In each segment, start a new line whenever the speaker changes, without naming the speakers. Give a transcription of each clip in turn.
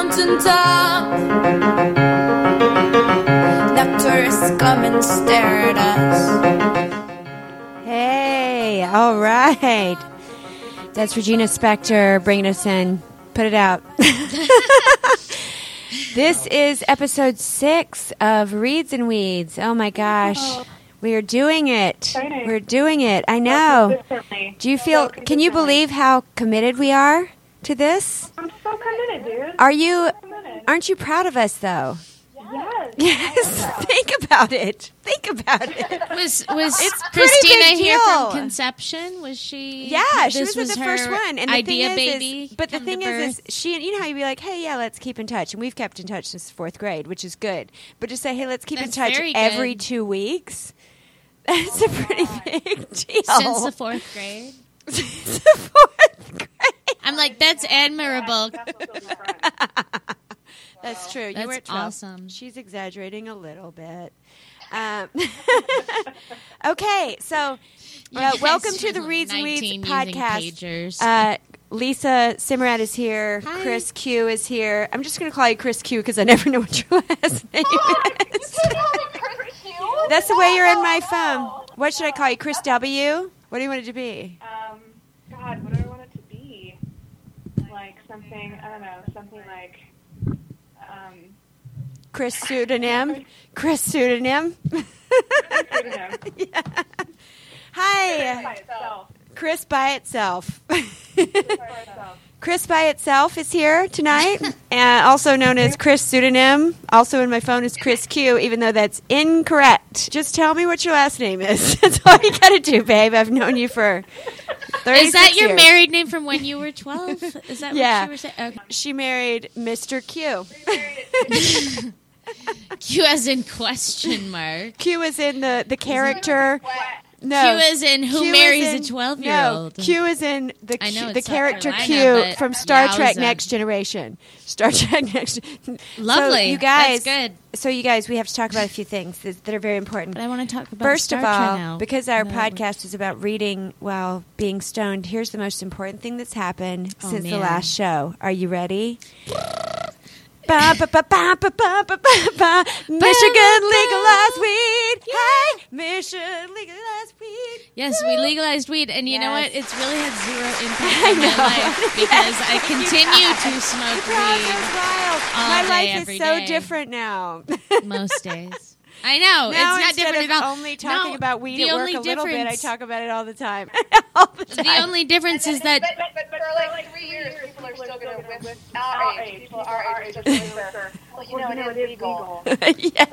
mountaintop. Now tourists come and stare at us.
Hey, all right. That's Regina Spector bringing us in. Put it out. this is episode six of Reeds and Weeds. Oh my gosh. We are doing it.
Exciting.
We're doing it. I know.
Consistently.
Do you feel, can you believe how committed we are to this?
I'm so committed, dude.
Are you,
I'm committed.
aren't you proud of us though?
Yes.
Yes. Think about it. Think about it.
Was was
It's a pretty
Christina
big
here
deal.
from conception? Was she?
Yeah, she
this
was, at the first
her
one. And the
idea
thing is,
baby.
is but the
come to
thing is, is
birth?
she. You know how you'd be like, hey, yeah, let's keep in touch, and we've kept in touch since fourth grade, which is good. But just say, hey, let's keep
That's
in touch
very good.
every two weeks. That's a pretty big deal.
since the fourth grade.
Since the fourth grade.
I'm like, that's admirable.
That's true. You
That's
were at 12.
awesome.
She's exaggerating a little bit. Um, okay, so
You
uh,
guys
welcome to
are
the Reeds and
19 using
Weeds podcast.
Pagers.
Uh, Lisa Simrad is here.
Hi.
Chris Q is here. I'm just going to call you Chris Q because I never know what your last name is. That's the way you're in my phone. What should I call you? Chris W? What do you want it to be?
Um, God, what do I want it to be? Like something, I don't know, something like, um,
Chris pseudonym? Chris pseudonym?
pseudonym.
Yeah. Hi,
by itself.
Chris by itself.
By itself.
Chris by itself is here tonight, and also known as Chris pseudonym. Also in my phone is Chris Q, even though that's incorrect. Just tell me what your last name is. That's all you gotta do, babe. I've known you for. 36
is that your
years.
married name from when you were 12? Is that
Yeah.
what you were saying? Okay.
She married Mr. Q.
Q as in question mark.
Q is in the the character. No.
Q as in who
Q is
marries
in-
a 12 year
No,
old.
Q is in the
I know
Q, the
it's South
character
Carolina,
Q
but
from Star Trek
yowza.
Next Generation. Star Trek Next. Gen- So
Lovely.
you guys.
That's good.
So you guys, we have to talk about a few things that, that are very important.
But I want to talk about
First
Star
of
Trek
all,
now.
because our
No,
podcast is about reading while being stoned, here's the most important thing that's happened
Oh,
since the
man.
last show. Are you ready? ba, ba, ba, ba, ba, ba, ba, ba, ba. Michigan legalized weed. Hey, Michigan legalized weed.
Yes, we legalized weed, and you know
Yes.
what? It's really had zero impact
I
on my
know.
life because I continue to
The
smoke
crowd
weed
goes wild.
all
My
day,
life
every
is so
day.
different now.
most days. I
now
know it's not
instead
different
of
at all.
only talking
No,
about weed
the
at work
only
a little bit, I
difference-
talk about it all the time. all the time.
The only difference is that
But, but, but for like three years, people are still going to whip our age. People our age are still whip. Well, you know, it is legal.
yeah.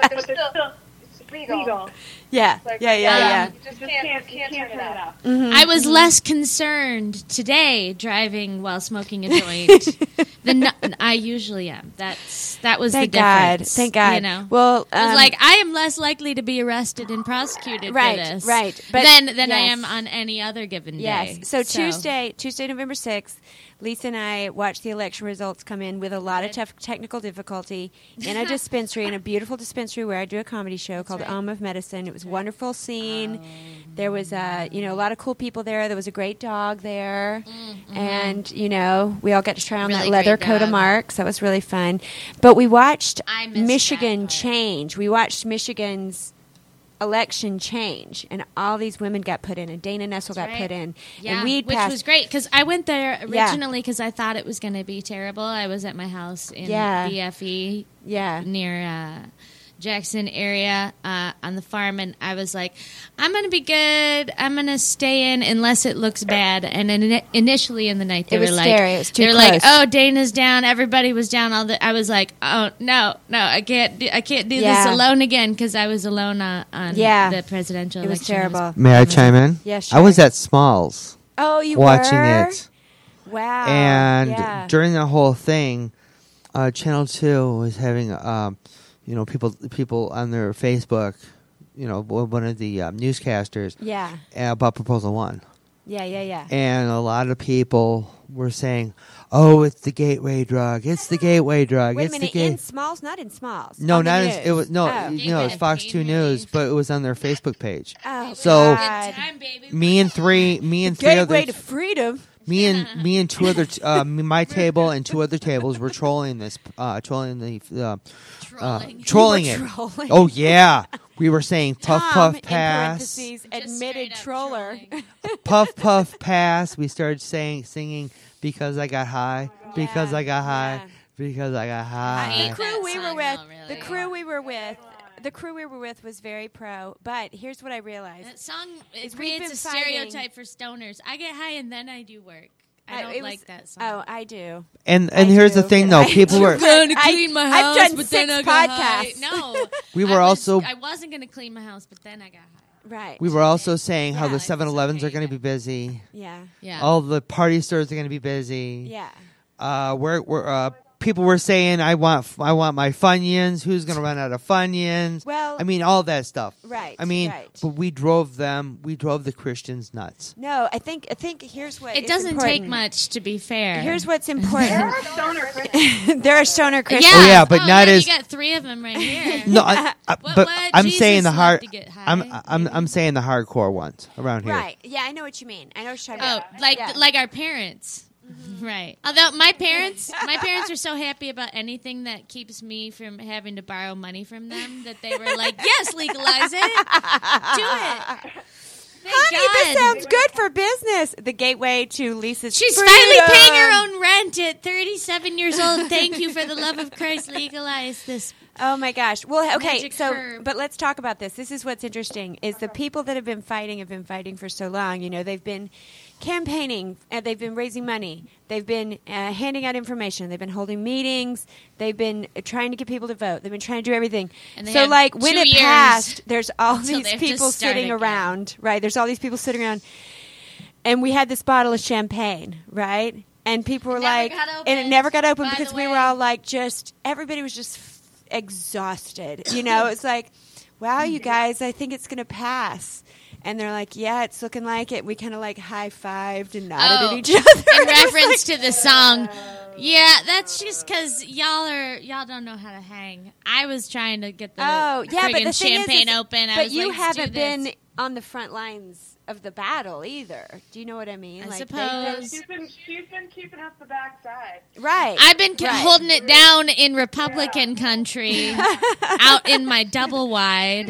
But it's still it's legal.
Legal.
Yeah. Yeah,
Like,
yeah, yeah.
You just
You just can't,
can't,
you can't turn it
up.
off.
I was less concerned today driving while smoking a joint than n- I usually am. That's that was
Thank
the
God.
difference.
Thank God.
You know,
Well,
I was
um,
like I am less likely to be arrested and prosecuted
Right,
for this,
right. But-
than than I
yes.
am on any other given day.
Yes. So, Tuesday, Tuesday, November sixth, Lisa and I watched the election results come in with a lot of tef- technical difficulty in a dispensary, in a beautiful dispensary where I do a comedy show called
right. Oh,
Elm of Medicine. It was a wonderful scene. There was a you know a lot of cool people there. There was a great dog there, and you know we all got to try on that
Mm-hmm. Really
leather
great
coat of
dog.
marks. That was really fun. But we watched
I missed that
Michigan
part.
change. We watched Michigan's election change, and all these women got put in, and Dana Nessel got
right.
put in,
Yeah,
and we'd
which
passed.
was great because I went there
Yeah.
originally because I thought it was going to be terrible. I was at my house in E
Yeah.
BFE
yeah,
near uh, Jackson area uh, on the farm, and I was like, I'm going to be good. I'm going to stay in unless it looks bad. And in, initially in the night, they
It
were
was
like,
scary. It was too
they were
close.
like, oh, Dana's down. Everybody was down. All the I was like, oh no, no, I can't, do, I can't do
Yeah.
this alone again because I was alone on, on
Yeah.
the presidential.
it was
election. I
terrible.
May I chime in?
Mm-hmm. Yeah,
I was
sure.
at Smalls
Oh, you
watching
were?
it,
Wow,
and
yeah.
during the whole thing, uh, Channel Two was having, um, you know, people people on their Facebook, you know, one one of the um, newscasters
yeah,
about Proposal One,
yeah, yeah, yeah.
and a lot of people were saying, "Oh, it's the gateway drug! It's the gateway drug!
Wait a
it's
minute,
the gateway."
in Smalls, not in Smalls.
no,
on the
not
news.
as, it was no,
Oh.
you know, it's Fox Two News, but it was on their Facebook page.
Oh,
So-
was-
God.
Good time, baby.
Me and three, me and three
Gateway
others.
to freedom.
me and me and two other t- uh, me- my table and two other tables were trolling this uh, trolling the uh,
Trolling.
uh, trolling
You
it.
were trolling.
Oh yeah, we were saying puff
Tom, in
puff pass,
parentheses,
Just
admitted
straight up
troller.
trolling.
puff puff pass. We started saying singing because I got high, because
Yeah,
I got high,
yeah.
because I got high.
the
hate
crew
that
we were
song,
with,
though,
the
really.
crew we were with, the crew we were with was very pro. But here's what I realized:
That song it
We've
creates
been
a
fighting.
stereotype for stoners. I get high and then I do work. I
it
don't
was-
like that song.
Oh, I do.
And and
I
here's
do,
the thing
but
though,
I
people
do
were
work.
gonna
I-
clean my
I've
house,
done
but then
six
I got high.
podcasts.
No,
We
I
were
was-
also-
I wasn't gonna clean my house, but then I got high.
Right.
we were also saying how
Yeah,
the
it's
7-Elevens are
okay,
going to
yeah.
be busy.
yeah.
Yeah.
All the party stores are going to be busy.
Yeah.
Uh, we're, we're uh, people were saying I want I want my funyuns. Who's going to run out of funyuns?
Well,
I mean all that stuff.
right,
I mean,
right.
but we drove them. We drove the Christians nuts.
No, I think I think here's what
it
is
doesn't take
important.
much to be fair.
Here's what's
There
important.
are stoner Christians.
there are stoner
yeah,
Christians.
Oh, yeah, but not
yeah,
as-
You got three of them right here.
No, I, I,
What-
but
what
I'm
Jesus
saying the
loved
hard.
to get high,
I'm uh, I'm I'm saying the hardcore ones around here.
Right. Yeah, I know what you mean. I know what you're
Oh,
talking about.
like
Yeah.
like our parents. Right. Although my parents, my parents are so happy about anything that keeps me from having to borrow money from them that they were like, "Yes, legalize it, do it." Thank
Honey, this
God.
sounds good for business. The gateway to Lisa's.
She's
freedom.
finally paying her own rent at 37 years old. Thank you for the love of Christ. Legalize this.
Oh my gosh. Well, okay.
Magic
so,
herb.
but let's talk about this. This is what's interesting: is the people that have been fighting have been fighting for so long. You know, they've been campaigning, uh, they've been raising money, they've been uh, handing out information, they've been holding meetings, they've been uh, trying to get people to vote, they've been trying to do everything.
And they
so,
had
like when
two
it
years
passed, there's all
until
these
they have to
people
start
sitting
again.
around, right? There's all these people sitting around, and we had this bottle of champagne, right? And people were
never
like,
got
and it
opened,
never got open
by the
because we
way.
were all like, just everybody was just f- exhausted. You know, it's like, wow,
Mm-hmm.
you guys, I think it's gonna pass. And they're like, yeah, it's looking like it. We kind of like high fived and nodded
Oh,
at each other.
In reference to the song.
"Oh."
Yeah, that's just because y'all are y'all don't know how to hang. I was trying to get the
oh, yeah, but
friggin'
the thing is-
champagne
is,
open. I
but
was
you
like, "Let's do
haven't
this."
been on the front lines of the battle either. Do you know what I mean?
I
they-
suppose.
She's been, she's been keeping up the backside.
right?
I've been ca-
Right.
holding it down in Republican country, out in my double wide.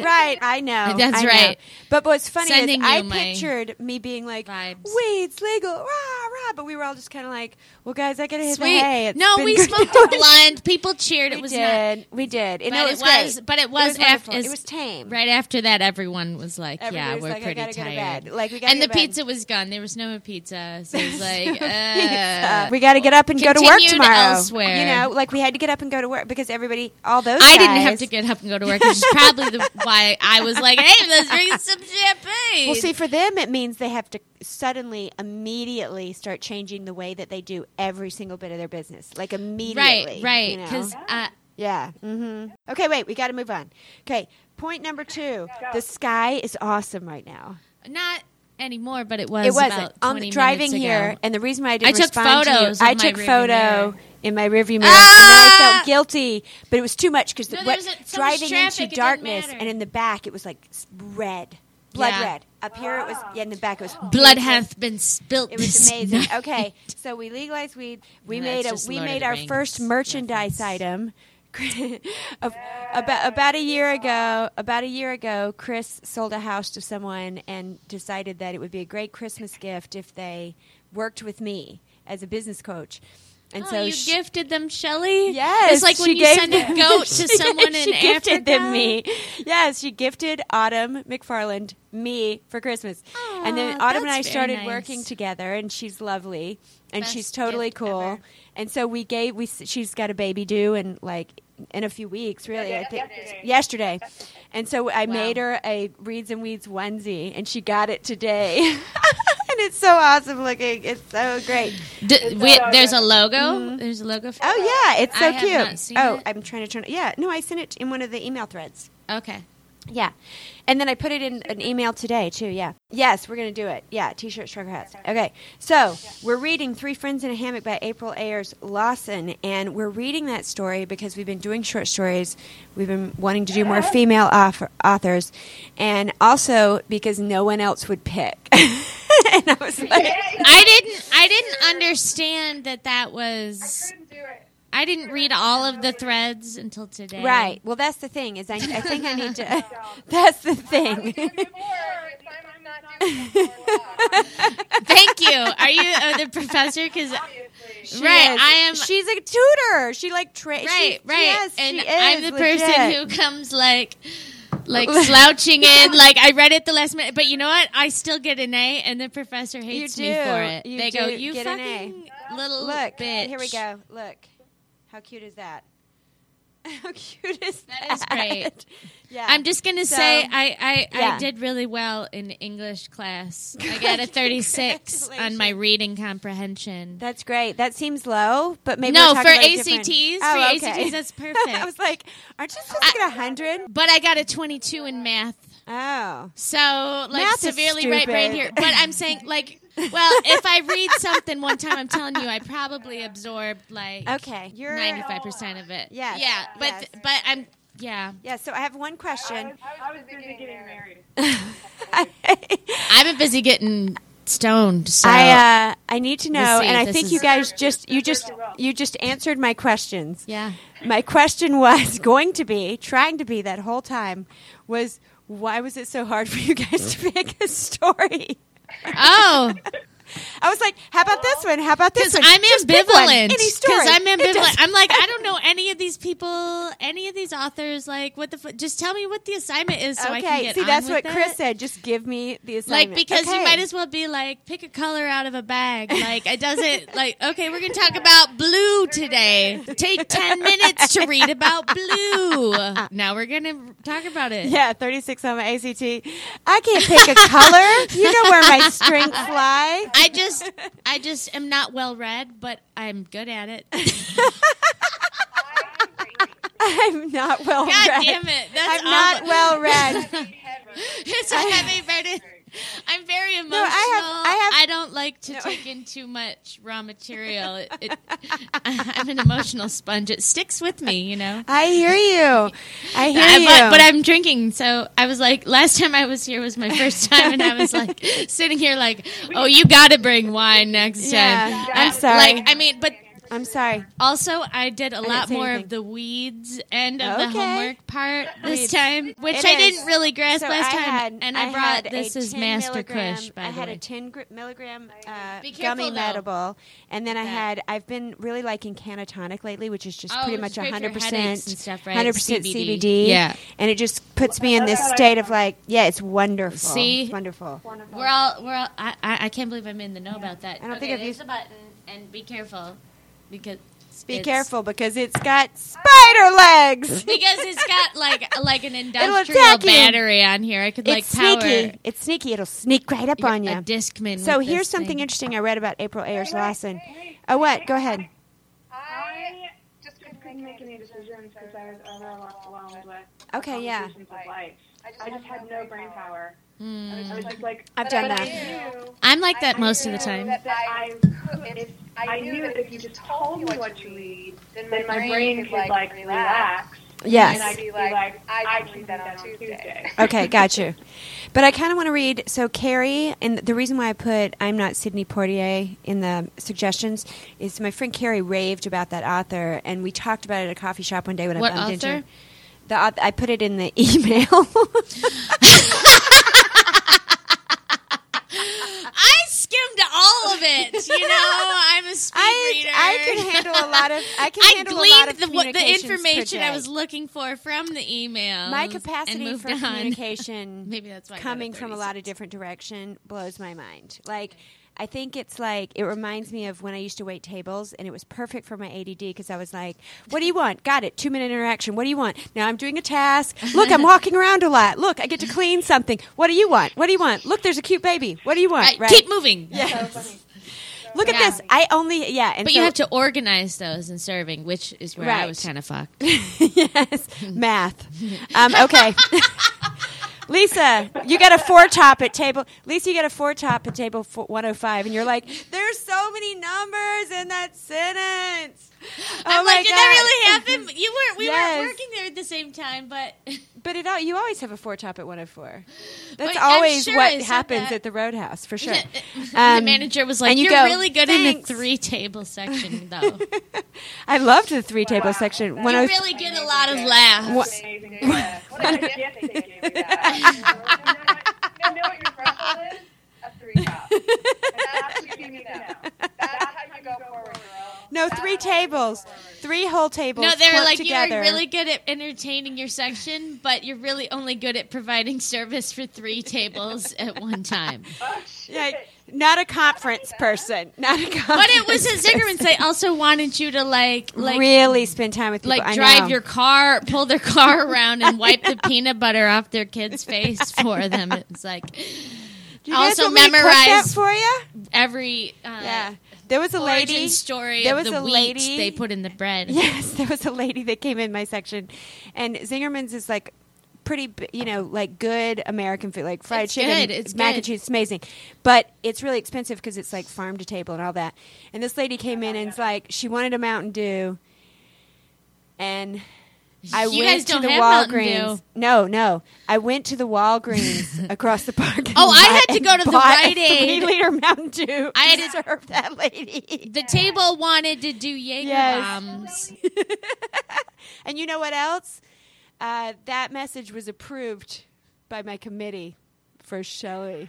Right, I know.
That's
I know.
right.
But what's funny
Sending
is I
you my
pictured me being like,
vibes.
"Weed's legal, rah rah," but we were all just kind of like, "Well, guys, I gotta hit
Sweet.
the hay." It's
no,
been
we
good
smoked
going.
a blunt. People cheered.
We
it was not
did, we did. And
But
no,
it
it was, great.
was- but it
It
was
was wonderful.
af- is-
it was tame.
Right after that, everyone was like,
Everybody
"Yeah,
was
we're
like, I
pretty
gotta go to
tired."
bed. Like, we gotta
and
go
the
to bed.
pizza was gone. There was no more pizza. So it was like,
Pizza.
uh,
we got to get up and go to work
continued
tomorrow.
elsewhere.
You know, like we had to get up and go to work because everybody, all those.
I didn't have
guys-
to get up and go to work, which is probably the, why I was like, "Hey, let's drink some champagne."
Well, see, for them, it means they have to suddenly, immediately start changing the way that they do every single bit of their business. Like immediately,
right, right,
you know?
because uh,
Yeah. hmm Okay, wait, we got to move on. Okay, point number two the sky is awesome right now.
not anymore, but it was.
it wasn't.
about
On
20
driving
minutes
here,
ago.
and the reason why I didn't
I took
respond to you-
photos of
I
my
took
rearview
photo
mirror.
in my rearview mirror, and then I
Ah!
felt guilty, but it was too much because
No, there
what
was a- so much
driving
traffic, it
into
didn't
darkness,
matter.
and in the back it was like s- red, blood
Yeah.
red. Up here it was, yeah, in the back it was
blood
beautiful.
hath been spilt.
It was
this
amazing.
night.
Okay, so we legalized weed. We
No,
made
it's
a
just
we
Lord of
made
the
our
Rings
first merchandise
reference.
item. of, about about a year ago, about a year ago, Chris sold a house to someone and decided that it would be a great Christmas gift if they worked with me as a business coach. And
Oh,
so
you
she-
gifted them Shelly?
Yes,
It's like when
she
you
gave
send
them-
a goat to
she-
someone
she
in
gifted
Africa.
them me. Yes, she gifted Autumn McFarland me for Christmas, and then
Aw,
Autumn and I
that's very
started
nice.
working together, and she's lovely, and
Best
she's totally
gift
cool.
ever.
And so we gave we s- she's got a baby due and like in a few weeks, really. I think
yesterday.
yesterday. And so I
Wow.
made her a Reeds and Weeds onesie, and she got it today. and it's so awesome looking. It's so great.
D- we, there's a logo.
Mm-hmm.
There's a logo. For
Oh yeah, it's so
I have
cute.
not seen
oh,
it.
I'm trying to turn. Yeah, no, I sent it in one of the email threads.
yeah. Okay.
Yeah, and then I put it in an email today too. Yeah. Yes, we're gonna do it. Yeah, t-shirts, trucker hats. Okay, so we're reading Three Friends in a Hammock by April Ayers Lawson, and we're reading that story because we've been doing short stories. We've been wanting to do more female author- authors, and also because no one else would pick. and and I was like,
I didn't. I didn't understand that that was.
couldn't do it.
I didn't read all of the threads until today.
right. Well, that's the thing is I, I think I need to. That's the thing.
Before, if I'm not doing it, I'm
Thank you. Are you uh, the professor? Because
obviously.
She
right,
is-
I am.
She's a tutor. She like tra- she-
right, right.
Yes,
and
she
I'm
is
the person
legit.
who comes like. Like slouching in, like I read it the last minute, but you know what? I still get an A, and the professor hates me
do.
for it.
You
they
do
go, "You
get an A."
fucking little
Look,
bitch."
here we go. Look, how cute is that? How cute is that?
That is great.
yeah,
I'm just gonna
So-
say I I,
Yeah.
I did really well in English class. I got a 36 on my
Congratulations.
reading comprehension.
That's great. That seems low, but maybe
no,
we're
for
talking about a
ACTs,
different-
for
Oh, okay.
ACTs, that's
I
perfect.
was like, aren't you supposed to get a hundred?
but I got a 22 in math.
Oh,
So like
Math is
severely right brain
stupid.
here. But I'm saying like, well, if I read something one time, I'm telling you, I probably absorbed like
okay. You're
95 percent of it.
Yes,
yeah. But
yes.
but I'm yeah.
Yeah. So I have one question.
I was busy getting married.
I've been busy getting stoned. So
I uh, I need to know,
see,
and I
this
think
is-
you guys just you just you just answered my questions.
yeah.
My question was going to be trying to be that whole time was why was it so hard for you guys to pick a story?
Oh.
I was like, how about this one? How about this
Because
one?
I'm
Just pick one,
ambivalent.
Any story.
Because I'm
It
ambivalent.
doesn't-
I'm like, I don't know any of these people, any of these authors. Like, what the? F- just tell me what the assignment is, so
okay.
I can get
See,
on
that's
with
what
it.
Chris said. Just give me the assignment.
Like, because
Okay.
you might as well be like, pick a color out of a bag. Like, it doesn't. like, okay, we're gonna talk about blue today. Take ten minutes to read about blue. Now we're gonna talk about it.
Yeah, 36 on my ACT. I can't pick a color. You know where my strengths lie.
I just, I just am not well read, but I'm good at it.
I'm not well
God
read.
damn it! That's
I'm not
awful.
well read.
It's a heavy burden. I'm very emotional.
I
I,
have- I have-
don't like to take in too much raw material. It, it, I'm an emotional sponge. It sticks with me, you know.
I hear you. I hear
I-
you.
but, but I'm drinking, so I was like, last time I was here was my first time, and I was like sitting here like, oh, you got to bring wine next
Yeah,
time.
I'm
I-
sorry.
Like, I mean, but
I'm sorry.
also I did a lot
say
more
anything.
of the weeds end of the
Okay.
homework part this
Weeds.
time, which
It
I
is.
didn't really grasp
So
last
I
time.
had-
and I,
had
brought this
a
as
10
Master
milligram-
Kush, by
I
the
had
way.
a 10 gr- milligram uh,
Be careful,
gummy
though.
medical, and then I
That.
had. I've been really liking Canatonic lately, which is just
Oh,
pretty
it's
much
great for
100 percent,
headaches and stuff, right?
100 percent
CBD.
CBD.
Yeah.
and it just puts me in this state of like, yeah, it's wonderful.
See?
it's wonderful.
We're all we're all. I, I I can't believe I'm in the know about that.
I don't think I've
there's
used-
a button and be careful because
Be
it's-
careful because it's got spider legs.
because it's got like like an industrial
attack you.
battery on here. I could like
it's
power
sneaky. It's sneaky. It'll sneak right up on
a
you.
discman.
So
with
here's
this
something
thing.
interesting I read about April Ayers Lawson.
Hey,
Oh, what? Go ahead.
I
I
just
couldn't make any decisions because I was overwhelmed with
Okay, yeah.
complications of life. I just had no brain power. I
Hmm.
was
Mm.
just like,
I've done
But I
that.
knew
I'm like that most of the time.
That I,
could-
if,
I knew that if you just told me what you need, then my brain could like relax.
Yes.
And I'd be like, I can do that on Tuesday.
Okay, got you. But I kind of want to read. So Carrie, and the reason why I put "I'm not Sydney Portier" in the suggestions is my friend Carrie raved about that author, and we talked about it at a coffee shop one day when
What
I bumped into
author?
her. The auth- I put it in the email.
I skimmed all of it. You know, I'm a speed
I
reader.
I can handle a lot of I can
I
handle a lot
gleaned
of
the, what, the
communications per
information I
day.
was looking for from the email.
My capacity
and
for
moved on.
communication
Maybe that's why I got
coming from a lot of
36.
different direction blows my mind. Like I think it's like it reminds me of when I used to wait tables and it was perfect for my ADD because I was like, "What do you want? Got it. 2-minute interaction. What do you want? Now I'm doing a task. Look, I'm walking around a lot. Look, I get to clean something. What do you want? What do you want? Look, there's a cute baby. What do you want?"
Right, Keep moving.
Look at
Yeah.
this. I only yeah, and
But
so,
you have to organize those in serving, which is where I
Right.
was kind of fucked.
yes, math. Um, okay. Lisa, you got a four top at table. Lisa, you got a four top at table fo- 105, and you're like, there's so many numbers in that sentence. Oh
I'm
my
like, did
God.
that really happen? You weren't. We we
Oh Yes.
were working there at the same time, but
But it all, you always have a four top at 104. That's
Wait, I'm
always
sure
what
I said
happens
that.
at the Roadhouse, for sure.
the
Um,
manager was like,
and you
"You're
go,
really good in the
"Thanks."
three table section, though.
I loved the three table section. oh When
you
I was,
really get a lot of laughs."
What-
Amazing. Yeah. What a gift they gave you that.
You know what your threshold is? A three top. And that's what you need to know. That's how you go forward, girl.
no, three tables, three whole tables.
No, they were
clumped
like,
together.
"You're really good at entertaining your section, but you're really only good at providing service for three tables at one time."
Oh, shit.
Yeah, not a conference person. Not a conference.
But it was at
person.
Ziggerman's. They also wanted you to like, like,
really spend time with people.
like
I
drive
know.
your car, pull their car around, and wipe the peanut butter off their kid's face for them. It's like
Do you guys
also
want me to cook that
memorize-
for you.
every uh,
Yeah, there was a
origin
lady.
story
there
of
was
the
a
wheat
lady-
they put in the bread.
Yes, there was a lady that came in my section, and Zingerman's is like pretty, b- you know, like good American food, like fried
It's
chicken,
good, it's
mac
good.
and cheese, it's amazing. But it's really expensive because it's like farm to table and all that. And this lady came in and it's like she wanted a Mountain Dew, and I
You
went
guys don't
to the
have Mountain
Walgreens.
Dew.
No, no, I went to the Walgreens across the park.
Oh, I had to go to the Rite Aid.
Three liter Mountain Dew.
I had
to
to-
serve that lady.
The table wanted to do Jaeger
Yes.
bombs.
And you know what else? Uh, that message was approved by my committee for Shelley.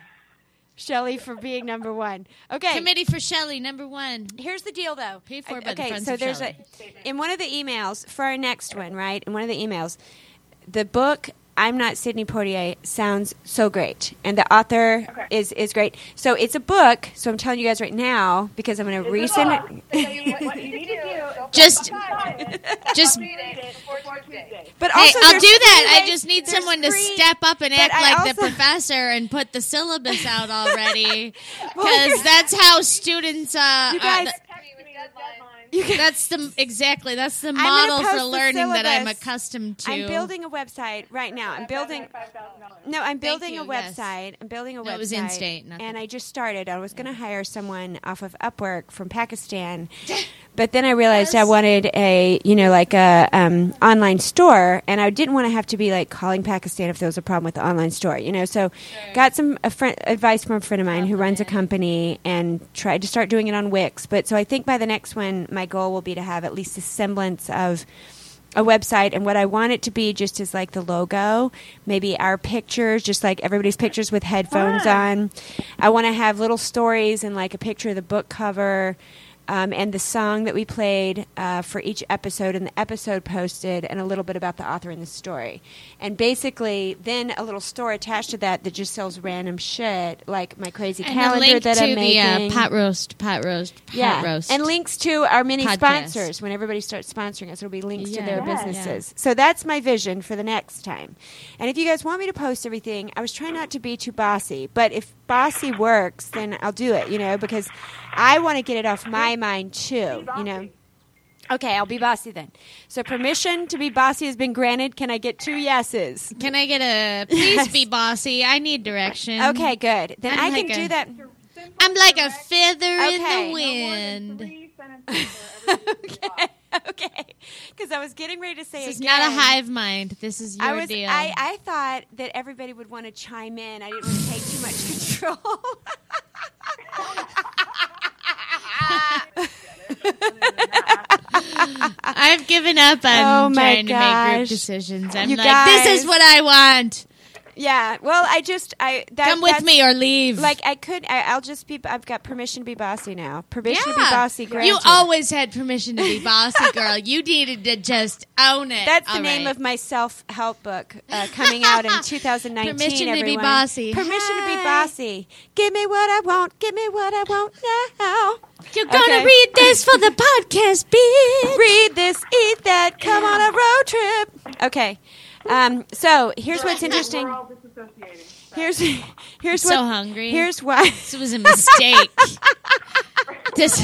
Shelley for being number one. Okay.
Committee for Shelley, number one.
Here's the deal, though.
Paid for
I-
by the
okay,
Friends
so
of
there's
Shelley.
a in one of the emails for our next one, right? In one of the emails, the book "I'm Not Sydney Portier" sounds so great, and the author
Okay.
is is great. So it's a book. So I'm telling you guys right now because I'm going to resend.
So you, what you need to do is go
Just-
find it.
Just
Read it before Tuesday.
But
Hey,
also,
I'll do
there's
that.
three
I
ways-
just need
there's
someone to
three-
step up and
but
act
I
like
also-
the professor and put the syllabus out already,
Well,
because
here's-
that's how students. Uh,
You
uh,
guys-
th-
Text me with deadlines.
You guys-
that's the exactly that's the
gonna
model for
post the
learning that I'm
syllabus.
accustomed to.
I'm building a website right now. I'm building. No, I'm building
you,
a
yes.
website. I'm building a
No,
website.
it was in-state, not
and
the-
I just started. I was going to hire someone off of Upwork from Pakistan, but then I realized I
Yes.
wanted a you know like a um, online store, and I didn't want to have to be like calling Pakistan if there was a problem with the online store, you know. So, got some a friend, advice from a friend of mine who runs a company and tried to start doing it on Wix. But so I think by the next one, my goal will be to have at least a semblance of a website and what I want it to be just is like the logo, maybe our pictures, just like everybody's pictures with headphones
Ah.
on. I want to have little stories and like a picture of the book cover um, and the song that we played uh, for each episode and the episode posted and a little bit about the author and the story. And basically, then a little store attached to that that just sells random shit like my crazy
and a
calendar
link
that
to
I'm making
the uh, pot roast, pot roast, pot
yeah.
roast.
And links to our many
Podcast.
sponsors. When everybody starts sponsoring us, it'll be links to their
Yeah. Yes.
businesses. So that's my vision for the next time. And if you guys want me to post everything, I was trying not to be too bossy, but if bossy works, then I'll do it, you know, because I want to get it off my mind too, you know. Okay, I'll be bossy then. So permission to be bossy has been granted. Can I get two yeses?
Can I get a please be bossy? I need direction.
Okay, good. Then
Um,
i
I'm like
can
a-
do that.
I'm like a feather
Okay.
in the wind.
okay, okay. Because I was getting ready to say
This is
again.
not a hive mind. This is your
I was.
deal.
I, I thought that everybody would want to chime in. I didn't want to take too much control.
I've given up on
Oh, my
trying to make
gosh.
group decisions. I'm
You
like, this
guys.
is what I want.
yeah. Well, I just I that,
Come with
that's-
me or leave.
Like I could. I, I'll just be. I've got permission to be bossy now. Permission
yeah.
to be bossy. Granted.
you always had permission to be bossy, girl. you needed to just own it.
That's the
All
name
right.
of my self-help book uh, coming out in 2019.
Permission to be
everyone.
bossy.
Permission to be
Hi.
bossy. Give me what I want. Give me what I want now.
You're gonna
Okay.
read this for the podcast, bitch.
Read this, E eat that, come on a road trip. Okay. Um, so here's what's interesting. Here's here's
I'm so
what-
hungry.
Here's why.
This was a mistake. this,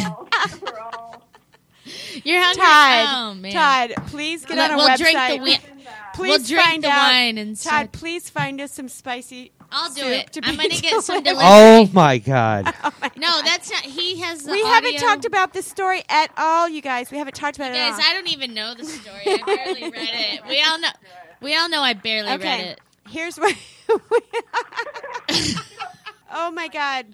you're hungry.
Todd,
oh man.
Todd, please get
Let-
on a
we'll
website.
drink the wi-
please
we'll drink
find
the
out.
wine and
Todd, please find us some spicy
I'll do
soup
it.
to
I'm
be
going to get some
delivered.
delivery.
Oh my god!
No, that's not. He has
oh
the
we haven't
audio.
talked about this story at all, you guys. We haven't talked about it at
Guys,
all.
I don't even know the story. I barely read it. We all know. We all know I barely read
okay.
it.
Here's what. oh my god.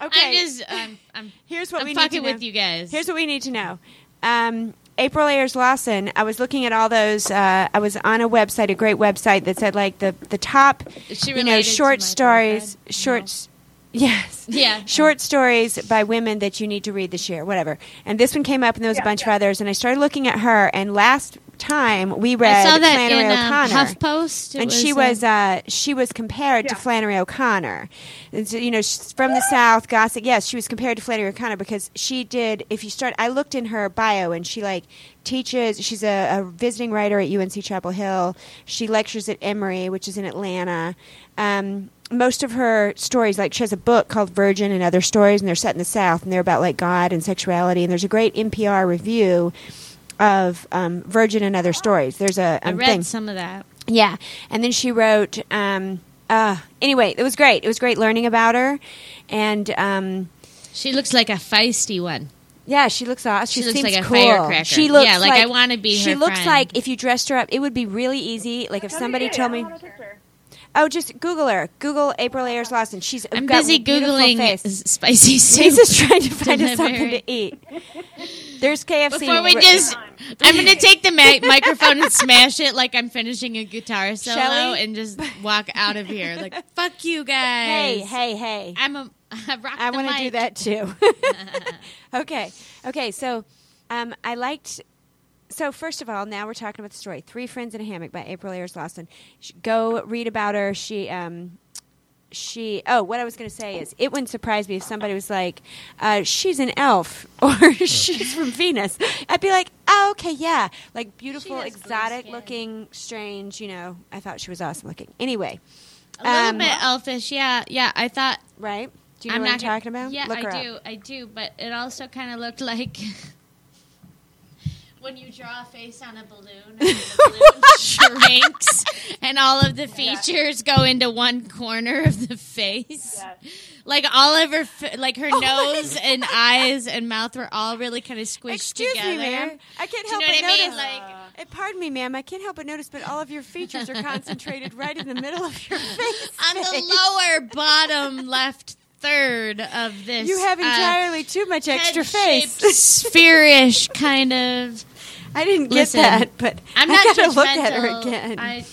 Okay.
I'm just. I'm. I'm,
Here's what
I'm
we need to
fucking
know.
with you guys.
Here's what we need to know. Um, April Ayers Lawson. I was looking at all those. Uh, I was on a website, a great website that said like the the top,
Is she
you know,
related to
short
my
stories,
girlfriend?
short. s- Yes.
No. Yeah.
Short stories by women that you need to read this year, whatever. And this one came up, and there was a bunch of others. And I started looking at her, and last time we read
I saw that
Flannery
in
O'Connor
um, HuffPost. It
and she
uh,
was uh, she was compared to Flannery O'Connor, and so, you know she's from the South, gossip. Yes, she was compared to Flannery O'Connor because she did. If you start, I looked in her bio, and she like teaches. She's a, a visiting writer at UNC Chapel Hill. She lectures at Emory, which is in Atlanta. Um, most of her stories, like she has a book called Virgin and Other Stories, and they're set in the South, and they're about like God and sexuality. And there's a great NPR review of um, Virgin and Other Stories. There's a
I
um,
read
thing.
some of that.
Yeah. And then she wrote, um, uh, anyway, it was great. It was great learning about her. And, um,
She looks like a feisty one.
yeah, she looks awesome. She,
She looks
seems
like a
cool.
firecracker.
She looks
Yeah, like, I wanna be
She
her
looks
friend.
like if you dressed her up, it would be really easy. Like if somebody told me, oh, just Google her. Google April Ayers Lawson. She's
I'm
got
busy
a beautiful
googling
face.
s- spicy soup.
Lisa's trying to find us something
delivery.
to eat. There's KFC.
Before we just, I'm going to take the ma- microphone and smash it like I'm finishing a guitar solo
Shall we?
and just walk out of here. Like, fuck you
hey,
guys.
hey, hey.
I'm a, I rock
I
the
want to do
mic.
that too. okay. Okay. So um, I liked. So first of all, now we're talking about the story Three Friends in a Hammock by April Ayers Lawson. Sh- Go read about her. She. Um, she oh what i was going to say is it wouldn't surprise me if somebody was like uh, she's an elf or she's from venus i'd be like oh okay yeah like beautiful
has blue
exotic
skin.
looking strange you know i thought she was awesome looking anyway
A little
Um,
bit elfish. Yeah. Yeah. I thought.
right do you know
I'm
what i'm
not gonna-
talking about
Yeah,
Look her
I
up.
do. I do. But it also kind of looked like when you draw a face on a balloon, and the balloon shrinks, and all of the features go into one corner of the face. Like all of her, f- like her
Oh
nose and eyes and mouth were all really kind of squished
Excuse
together.
me, ma'am. I can't
Do
help
you know
but
what I mean?
notice.
Like,
Uh, pardon me, ma'am. I can't help but notice, but all of your features are concentrated right in the middle of your face.
on the lower bottom left third of this,
You have
uh,
entirely too much extra face.
spherish kind of.
I didn't get
Listen,
that, but
I'm
I
not
gotta look at her
judgmental.
again. I,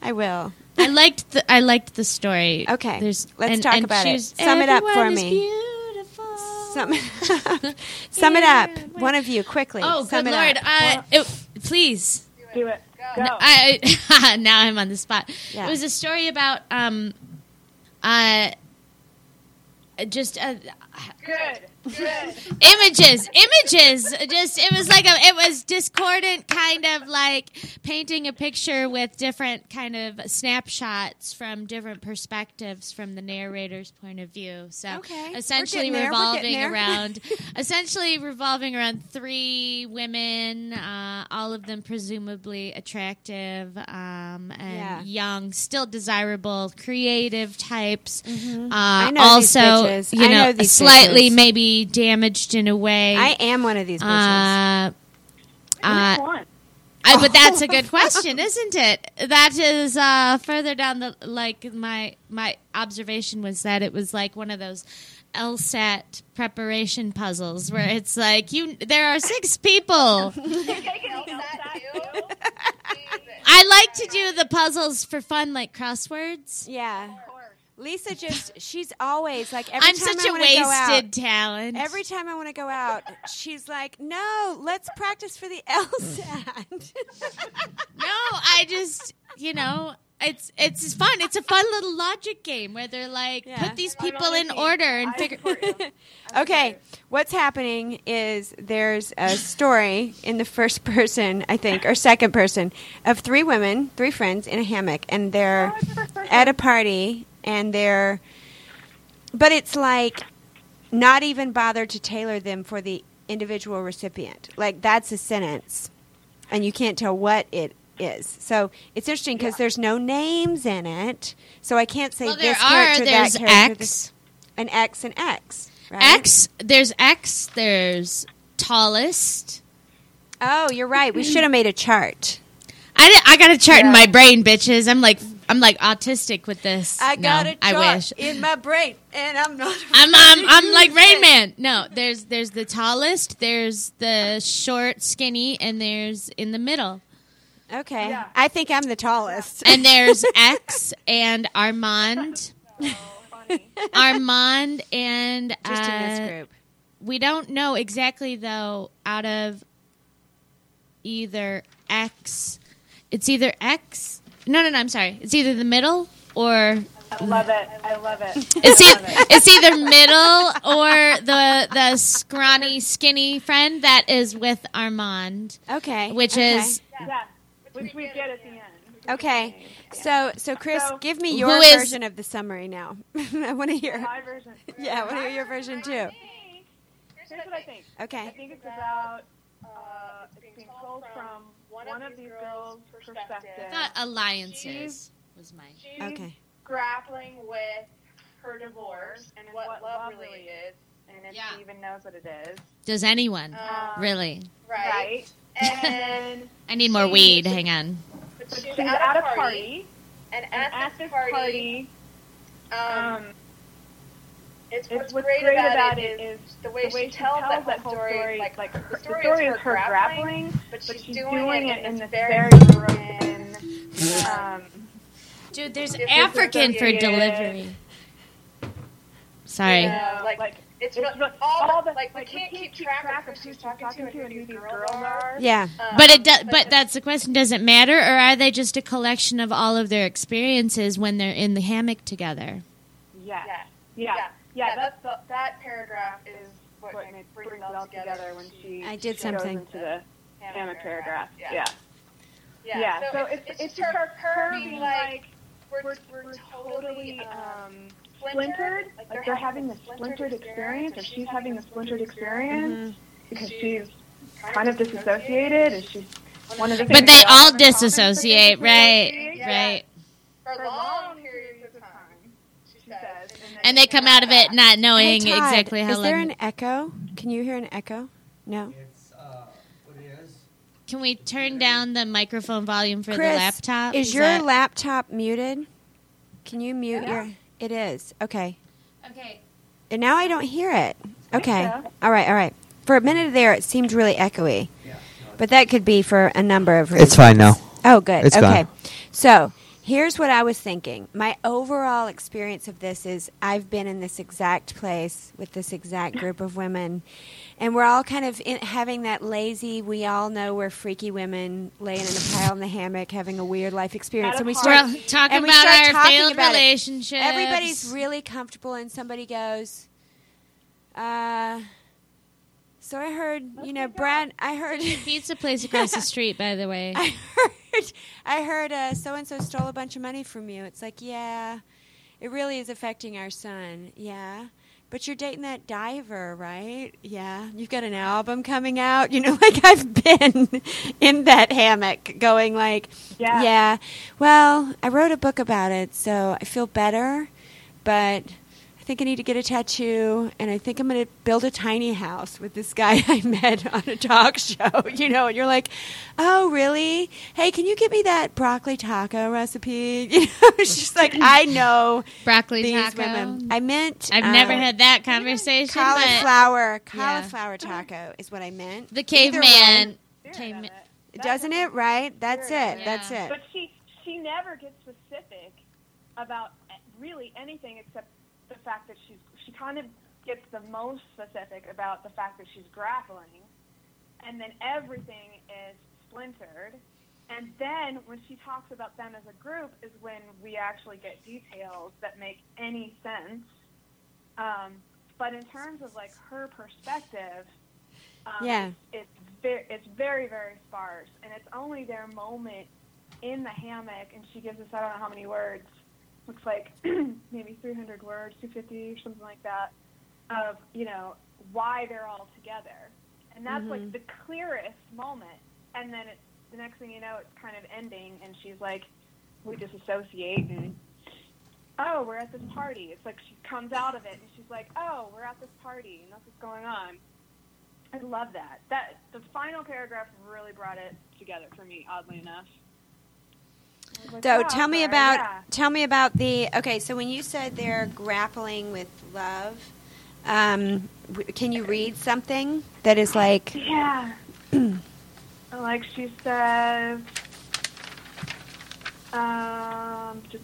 I,
will.
I liked the I liked the story.
Okay,
There's,
let's
and-
talk
and
about
she
it.
was-
Sum it up for
"Everyone is
me."
Beautiful.
Sum, sum it up, one of you quickly.
Oh,
sum
good
it
lord!
Up.
Uh, it- please,
Do it. Go.
I now I'm on the spot.
Oh. Yeah.
It was a story about um, uh, just uh,
Good. Good.
images images just it was like a it was discordant kind of like painting a picture with different kind of snapshots from different perspectives from the narrator's point of view so
Okay. We're
essentially
getting there. We're
revolving
getting there.
around essentially revolving around three women uh, all of them presumably attractive um, and
Yeah.
young still desirable creative types uh,
Mm-hmm. I know these
also
bitches.
you
I
know,
know these
slightly
bitches.
maybe damaged in a way.
I am one of these bitches.
uh,
Which
uh,
one?
I- but that's a good question, isn't it? That is uh, further down the like my my observation was that it was like one of those LSAT preparation puzzles where it's like you there are six people.
Taking out that too.
I like to do the puzzles for fun, like crosswords.
yeah. Lisa just she's always like every
I'm
time
such
I
a
wanna go out-
wasted talent.
Every time I want to go out, she's like, "No, let's practice for the LSAT."
No, I just you know it's it's fun. It's a fun little logic game where they're like
Yeah.
put these people in order and figure.
okay, what's happening is there's a story in the first person, I think, or second person, of three women, three friends in a hammock, and
Oh,
they're at a party, and they're, but it's like not even bothered to tailor them for the individual recipient. Like that's a sentence, and you can't tell what it is. So it's interesting because there's no names in it, so I can't say
Well, there
this
are.
character,
There's
that character, this-
X.
an X, and X, right?
X. There's X. There's tallest.
Oh, you're right. We should have made a chart.
I, di- I got a chart in my brain, bitches. I'm like I'm like autistic with this. No, I wish.
in my brain, and I'm not.
I'm, I'm I'm like Rain Man. No, there's there's the tallest, there's the short, skinny, and there's in the middle.
Okay,
Yeah.
I think I'm the tallest.
And there's X and Armand,
funny.
Armand and
just in
uh,
this group.
we don't know exactly though out of either X. It's either X. No, no, no. I'm sorry. It's either the middle or
I love it. I love it.
It's, e- it's either middle or the the scrawny, skinny friend that is with Armand,
Okay,
which
okay.
is
Yeah, which we did at the end.
okay. So, so Chris,
So-
give me your
Who is-
version of the summary now. I want to hear.
My version.
Yeah, I want to hear your version too.
Here's what I think. I
Okay.
think it's about uh, it's being told from one of these girls' perspective.
Thought alliances was my
She's
Okay.
grappling with her divorce and what,
what
love
love
really
really
is.
and if
Yeah.
she even knows what it is.
Does anyone
Uh,
Um,
really?
Right. And
I need more weed. Hang on.
but
She's at a party,
And
and
at this party, um,
um,
it's
it's
what's, great, about it is the way,
the way
she tells that, whole story,
story,
like,
like
the
her-
story, is her grappling, but
but
she's,
she's
doing, it in
this
this
very
very
broken. Um,
Dude, there's
This is
African for
associated-
delivery. Sorry.
you know, like,
like, it's
it's, real- all, the, like, we can't keep track of who she's talking to and who these girls are.
Yeah.
Um,
But it do- but that's the question. Does it matter, or are they just a collection of all of their experiences when they're in the hammock together?
yeah,
yeah,
yeah,
yeah.
yeah. That's
that, that, that paragraph is what,
what
makes,
brings it all together when she
I did
goes
something.
into the hammock paragraph. Yeah.
Yeah. So, it's, it's,
it's
just her, her
being like we're, we're totally um, splintered. Like they're having this splintered experience, or she's having this splintered experience
Mhm.
because she's kind of disassociated, and she's one of the.
But
things
they all
have in common is that they
disassociate, right?
disassociate.
Right.
for long periods of time. She says,
And they come out of it not
Hey,
knowing
Todd,
exactly how
Is there
long.
an echo? Can you hear an echo? No.
It's uh, what it is.
Can we turn down the microphone volume for
Chris,
the laptop?
Is your
that-
laptop muted? Can you mute your? It is. Okay.
okay?
And now I don't hear it. Okay.
so.
All right. All right. For a minute there, it seemed really echoey, but that could be for a number of reasons.
It's fine now.
Oh, good.
It's
okay.
gone.
So here's what I was thinking. My overall experience of this is I've been in this exact place with this exact group of women, and we're all kind of in, having that lazy, we all know we're freaky women laying in a pile in the hammock having a weird life experience.
At a
And we
party.
We're
start,
all talking
and we
about
start
our
talking
failed
about it.
relationships.
everybody's really comfortable, and somebody goes, uh, so I heard, you know, Brad, I heard.
pizza place across the street, by the way.
I heard, I heard, uh, so and so stole a bunch of money from you. It's like, yeah, it really is affecting our son. Yeah, but you're dating that diver, right? Yeah, you've got an album coming out. You know, like I've been in that hammock, going like,
Yeah.
yeah. Well, I wrote a book about it, so I feel better, but. I think I need to get a tattoo, and I think I'm going to build a tiny house with this guy I met on a talk show. You know, and you're like, "Oh, really? Hey, can you get me that broccoli taco recipe?" You know, it's just like I know
Broccoli
these
taco.
women. I meant
I've
um,
never had that conversation. But
cauliflower. Cauliflower taco is what I meant.
the
Either
caveman
one.
came.
doesn't it? Right? That's it.
Yeah.
That's it.
But she she never gets specific about really anything except the fact that she's she kind of gets the most specific about the fact that she's grappling, and then everything is splintered. And then when she talks about them as a group is when we actually get details that make any sense. Um, but in terms of like her perspective, um,
Yeah.
it's very, it's very very sparse, and it's only their moment in the hammock, and she gives us I don't know how many words, looks like maybe 300 words, 250 or something like that, of you know why they're all together, and that's like the clearest moment, and then it's the next thing you know, it's kind of ending, and she's like, we disassociate, and oh, we're at this party. It's like she comes out of it, and she's like, oh, we're at this party, and that's what's going on. I love that. That the final paragraph really brought it together for me, oddly enough. I was like,
So
wow,
tell me
Clara,
about
yeah.
tell me about the okay. So when you said they're grappling with love, um, w- can you read something that is like
Yeah. like she says, um, da, da,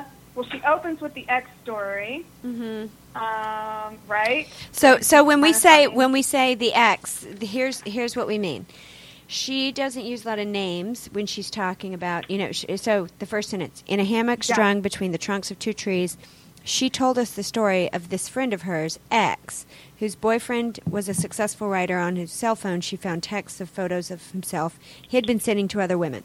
da. well, she opens with the X story,
mhm.
um, right?
so? So when we
Kinda
say
funny.
when we say the ex, th- here's here's what we mean. She doesn't use a lot of names when she's talking about you know. Sh so the first sentence in a hammock
Yeah.
strung between the trunks of two trees. She told us the story of this friend of hers, X, whose boyfriend was a successful writer on whose cell phone she found texts of photos of himself he had been sending to other women.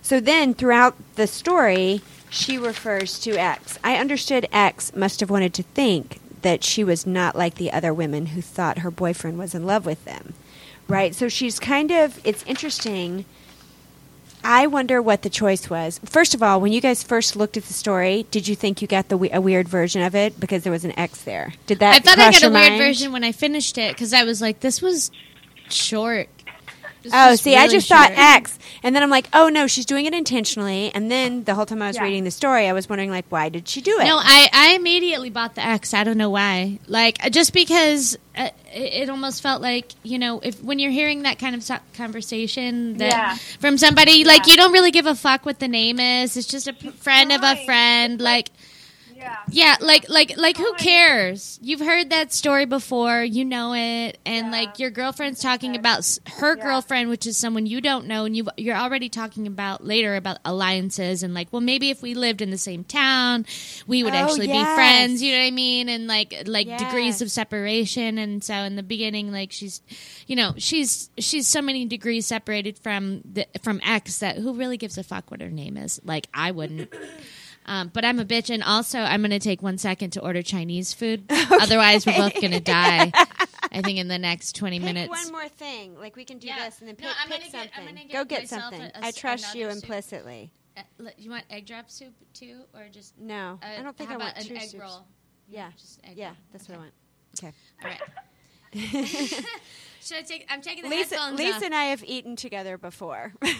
So then, throughout the story, she refers to X. I understood X must have wanted to think that she was not like the other women who thought her boyfriend was in love with them. Right? So she's kind of, it's interesting. I wonder what the choice was. First of all, when you guys first looked at the story, did you think you got the we- a weird version of it because there was an X there? Did that?
I thought I
cross
got a
your
weird
mind?
version when I finished it because I was like, this was short. This
Oh,
was
see, I
really
just thought
short.
X, and then I'm like, oh no, she's doing it intentionally. And then the whole time I was
Yeah.
reading the story, I was wondering like, why did she do it?
No, I, I immediately bought the X. I don't know why. Like, uh, just because uh, it, it almost felt like, you know, if when you're hearing that kind of so- conversation that
Yeah.
from somebody, like,
Yeah.
you don't really give a fuck what the name is. It's just a p- friend of a
trying.
friend. Like,
Yeah.
yeah, like, like, like, who
Trying.
cares? You've heard that story before. You know it. And,
Yeah.
like, your girlfriend's talking about s- her
Yeah.
girlfriend, which is someone you don't know. And you, you're already talking about later about alliances and, like, well, maybe if we lived in the same town, we would
Oh,
actually
yes.
be friends. You know what I mean? And like like
Yes.
degrees of separation. And so in the beginning, like she's, you know, she's she's so many degrees separated from the from X that who really gives a fuck what her name is? Like I wouldn't. Um, but I'm a bitch, and also I'm going to take one second to order Chinese food. Otherwise, we're both going to die. I think in the next 20
pick
minutes.
one more thing. Like we can do
Yeah.
this, and then
No,
pick,
I'm
pick
gonna get- I'm
something.
gonna
Go
get
get
myself a-
something.
a
I
s-
trust you
another soup.
implicitly.
Uh, li- you want egg drop soup too, or just?
No,
Uh,
I don't think
how
I want
about an
two
egg
soups.
roll.
Yeah,
just egg
yeah,
roll.
that's
Okay.
what
All right.
I want.
Should I take? I'm taking the
Lisa,
headphones
Lisa
off.
and I have eaten together before.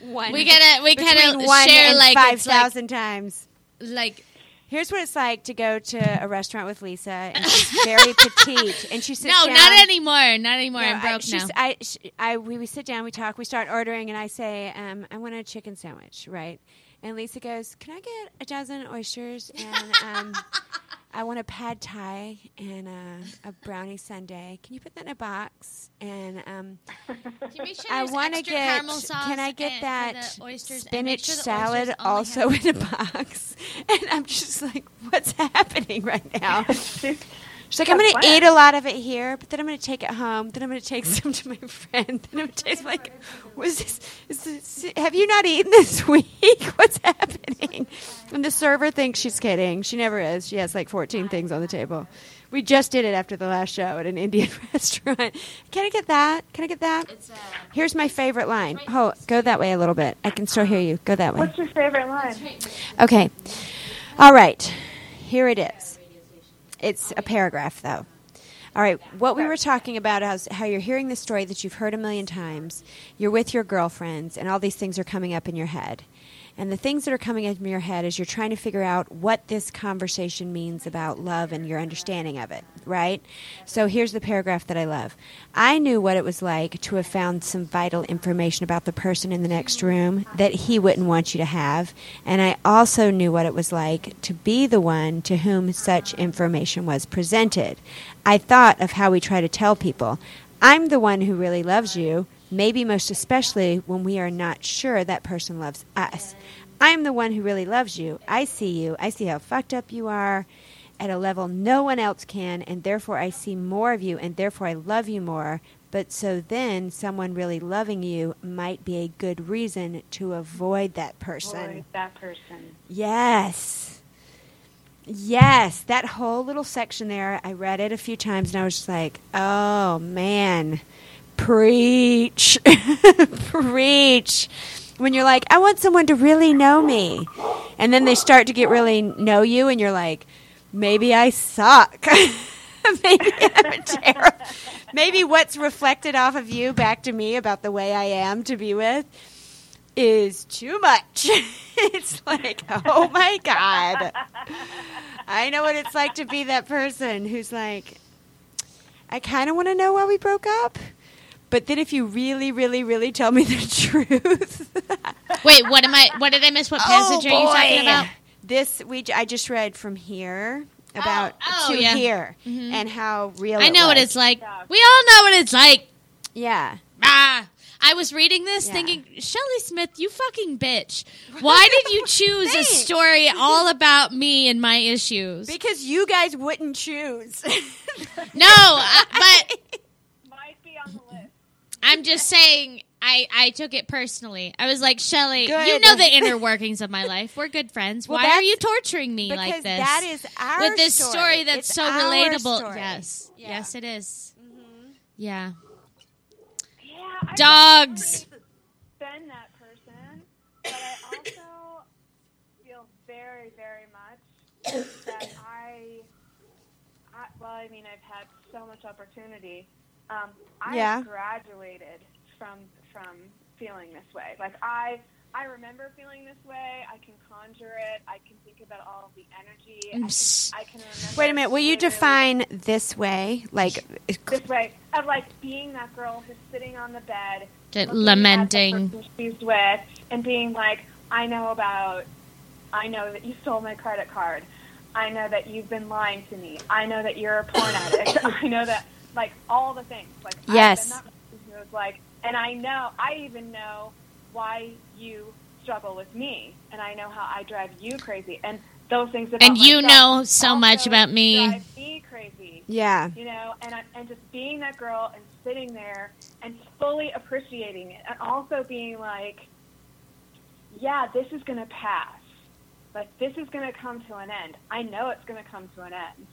one.
We gotta, we
between
gotta
one
share
and
like
five
it's like,
thousand times.
like
Here's what it's like to go to a restaurant with Lisa, and she's very petite, and she sits
no,
down.
not anymore, not anymore. I'm
No, I,
broke
she
now.
s- I, sh I, we, we sit down, we talk, we start ordering, and I say, um, I want a chicken sandwich, right? And Lisa goes, Can I get a dozen oysters? And um, I want a pad thai and uh, a brownie sundae. Can you put that in a box? And um,
Can we share
I
this
want to
extra
get,
caramel sauce
can I
and-
get
for
that
the oysters and make
spinach
sure the
salad
oysters only
also
have-
in a box? And I'm just like, What's happening right now? She's like, I'm
That's
going to
fine.
eat a lot of it here, but then I'm going to take it home. Then I'm going to take some to my friend. Then I'm going to taste like, was this, is this? Have you not eaten this week? What's happening? And the server thinks she's kidding. She never is. She has like 14 things on the table. We just did it after the last show at an Indian restaurant. Can I get that? Can I get that?
It's, uh,
Here's my favorite line. Oh, go that way a little bit. I can still hear you. Go that way.
What's your favorite line?
Okay. All right. Here it is. It's a paragraph, though. All right. What we were talking about is how you're hearing the story that you've heard a million times. You're with your girlfriends, and all these things are coming up in your head. And the things that are coming up in your head is you're trying to figure out what this conversation means about love and your understanding of it, right? So here's the paragraph that I love. I knew what it was like to have found some vital information about the person in the next room that he wouldn't want you to have. And I also knew what it was like to be the one to whom such information was presented. I thought of how we try to tell people I'm the one who really loves you, maybe most especially when we are not sure that person loves us. I'm the one who really loves you. I see you. I see how fucked up you are at a level no one else can, and therefore I see more of you, and therefore I love you more. But so then, someone really loving you might be a good reason to avoid that person.
Boy, that person.
Yes. Yes, that whole little section there, I read it a few times and I was just like, oh man, preach, preach. When you're like, I want someone to really know me, and then they start to get really know you, and you're like, maybe I suck. maybe I'm terrible. Maybe what's reflected off of you back to me about the way I am to be with is too much. it's like, oh my God. I know what it's like to be that person who's like, I kind of want to know why we broke up. But then if you really, really, really tell me the truth.
Wait, what am I? What did I miss? What
Oh,
passage are you talking about?
This, we, j- I just read from here about
Oh, oh,
to
yeah.
here
Mhm.
and how real
I
it
know what
was.
it's like.
Yeah.
We all know what it's like.
Yeah.
Ah. I was reading this
Yeah.
thinking, Shelly Smith, you fucking bitch. Why did you choose a story all about me and my issues?
Because you guys wouldn't choose.
no, I, but
Might be on the list.
I'm just saying I, I took it personally. I was like, Shelly, you
Good.
know the inner workings of my life. We're good friends.
Well,
Why are
that's-
you torturing me
because
like this?
that is our
With this story, that's
It's
so
our
relatable.
story.
Yes.
Yeah. Mm-hmm.
Yes, it is. Yeah.
Yeah, I
Dogs.
definitely Been that person, but I also feel very, very much that I, I. Well, I mean, I've had so much opportunity. Um, I
Yeah.
have graduated from from feeling this way. Like I. I remember feeling this way. I can conjure it. I can think about all of the energy. I
Psst.
can, I can remember.
Wait a minute. Will you
literally-
define this way? Like,
this way of like being that girl who's sitting on the bed
Just
looking at the
lamenting.
person she's with and being like i know about i know that you stole my credit card i know that you've been lying to me i know that you're a porn addict i know that like all the things like
Yes.
I've been that person who was like and i know i even know why you struggle with me and i know how i drive you crazy and those things about
And you
myself
know so much
also
about me.
drive me crazy
yeah.
you know, and I, and just being that girl and sitting there and fully appreciating it, and also being like, yeah, this is gonna pass, like this is gonna come to an end. I know it's gonna come to an end,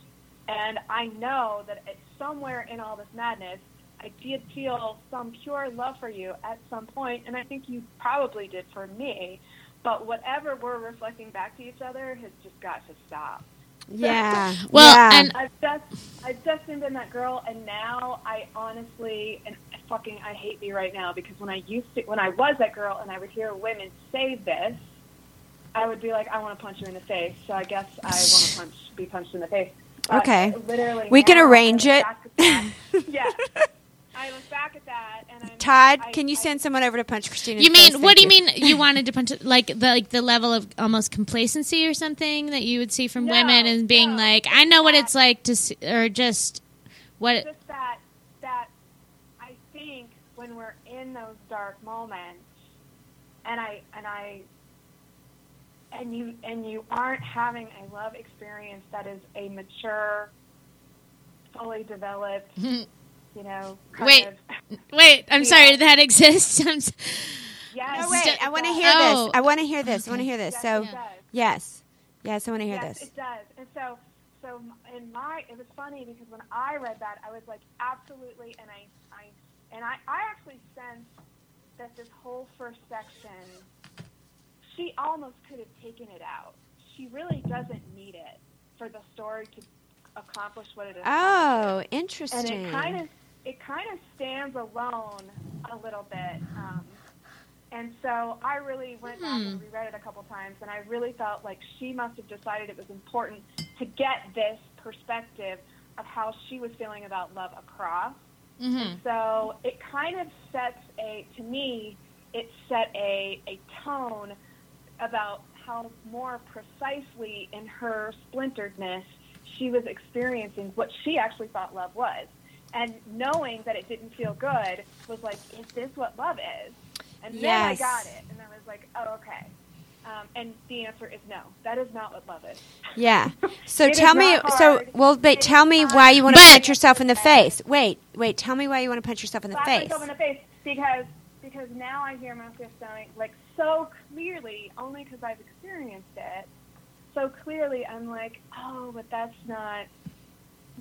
and I know that it's somewhere in all this madness. I did feel some pure love for you at some point, and I think you probably did for me. But whatever we're reflecting back to each other has just got to stop.
Yeah.
Well,
yeah.
and
I've just I've just been that girl, and now I honestly and fucking I hate me right now because when I used to when I was that girl and I would hear women say this, I would be like, I want to punch you in the face. So I guess I want to punch be punched in the face. But
Okay.
literally,
We can
now I
arrange
look
it.
back at that- yeah, I look back at that, and I'm like,
Todd,
I-
can you
I-
send someone over to punch Christina? in
You
the face?
mean what do you
Thank
mean? You wanted to punch like the like the level of almost complacency or something that you would see from
No,
women and being
no.
like, I know what it's like to, s or just what?
just that that I think when we're in those dark moments, and I and I and you and you aren't having a love experience that is a mature, fully developed, you know. Kind
Wait.
Of,
Wait, I'm
Yeah.
sorry, that exists. I'm s-
yes,
No, wait.
St-
I want to
it
hear
does.
Oh.
this. I want to hear this. I want to hear this.
Yes,
So,
it does.
yes. Yes, I want to hear
yes,
this.
it does. And so, so in my, it was funny because when I read that, I was like, absolutely. And I, I, and I, I actually sensed that this whole first section, she almost could have taken it out. She really doesn't need it for the story to accomplish what it is.
Oh, interesting.
and it kind of, it kind of stands alone a little bit. Um, and so I really went back and reread it a couple times, and I really felt like she must have decided it was important to get this perspective of how she was feeling about love across.
Mhm.
So it kind of sets a, to me, it set a, a tone about how more precisely in her splinteredness she was experiencing what she actually thought love was. And knowing that it didn't feel good was like, is this what love is? And then I
Yes.
got it. And I was like, oh, okay. Um, and the answer is no. That is not what love is.
Yeah. So
It is
tell me.
not
So
hard.
well, but
It
tell
is
me
not-
why you want to
But-
punch yourself in the face. Wait, wait. Tell me why you want to punch yourself in the
Slap
face.
myself in the face because because now I hear myself saying like so clearly only because I've experienced it. So clearly, I'm like, oh, but that's not.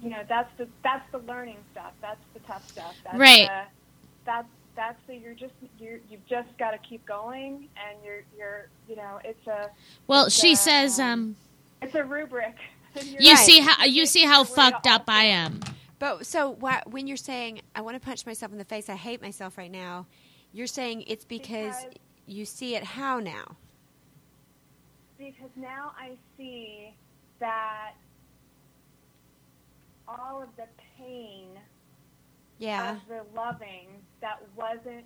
You know, that's the that's the learning stuff. That's the tough stuff. That's
Right.
The, that's that's the you're just you're you've just got to keep going, and you're you're you know it's a
Well, she
Yeah.
says, um,
it's a rubric.
"You
Right.
see how you see how fucked up I am."
But so why, when you're saying I want to punch myself in the face, I hate myself right now, you're saying it's because,
Because-
you see it how now.
because now I see that all of the pain
Yeah.
of the loving that wasn't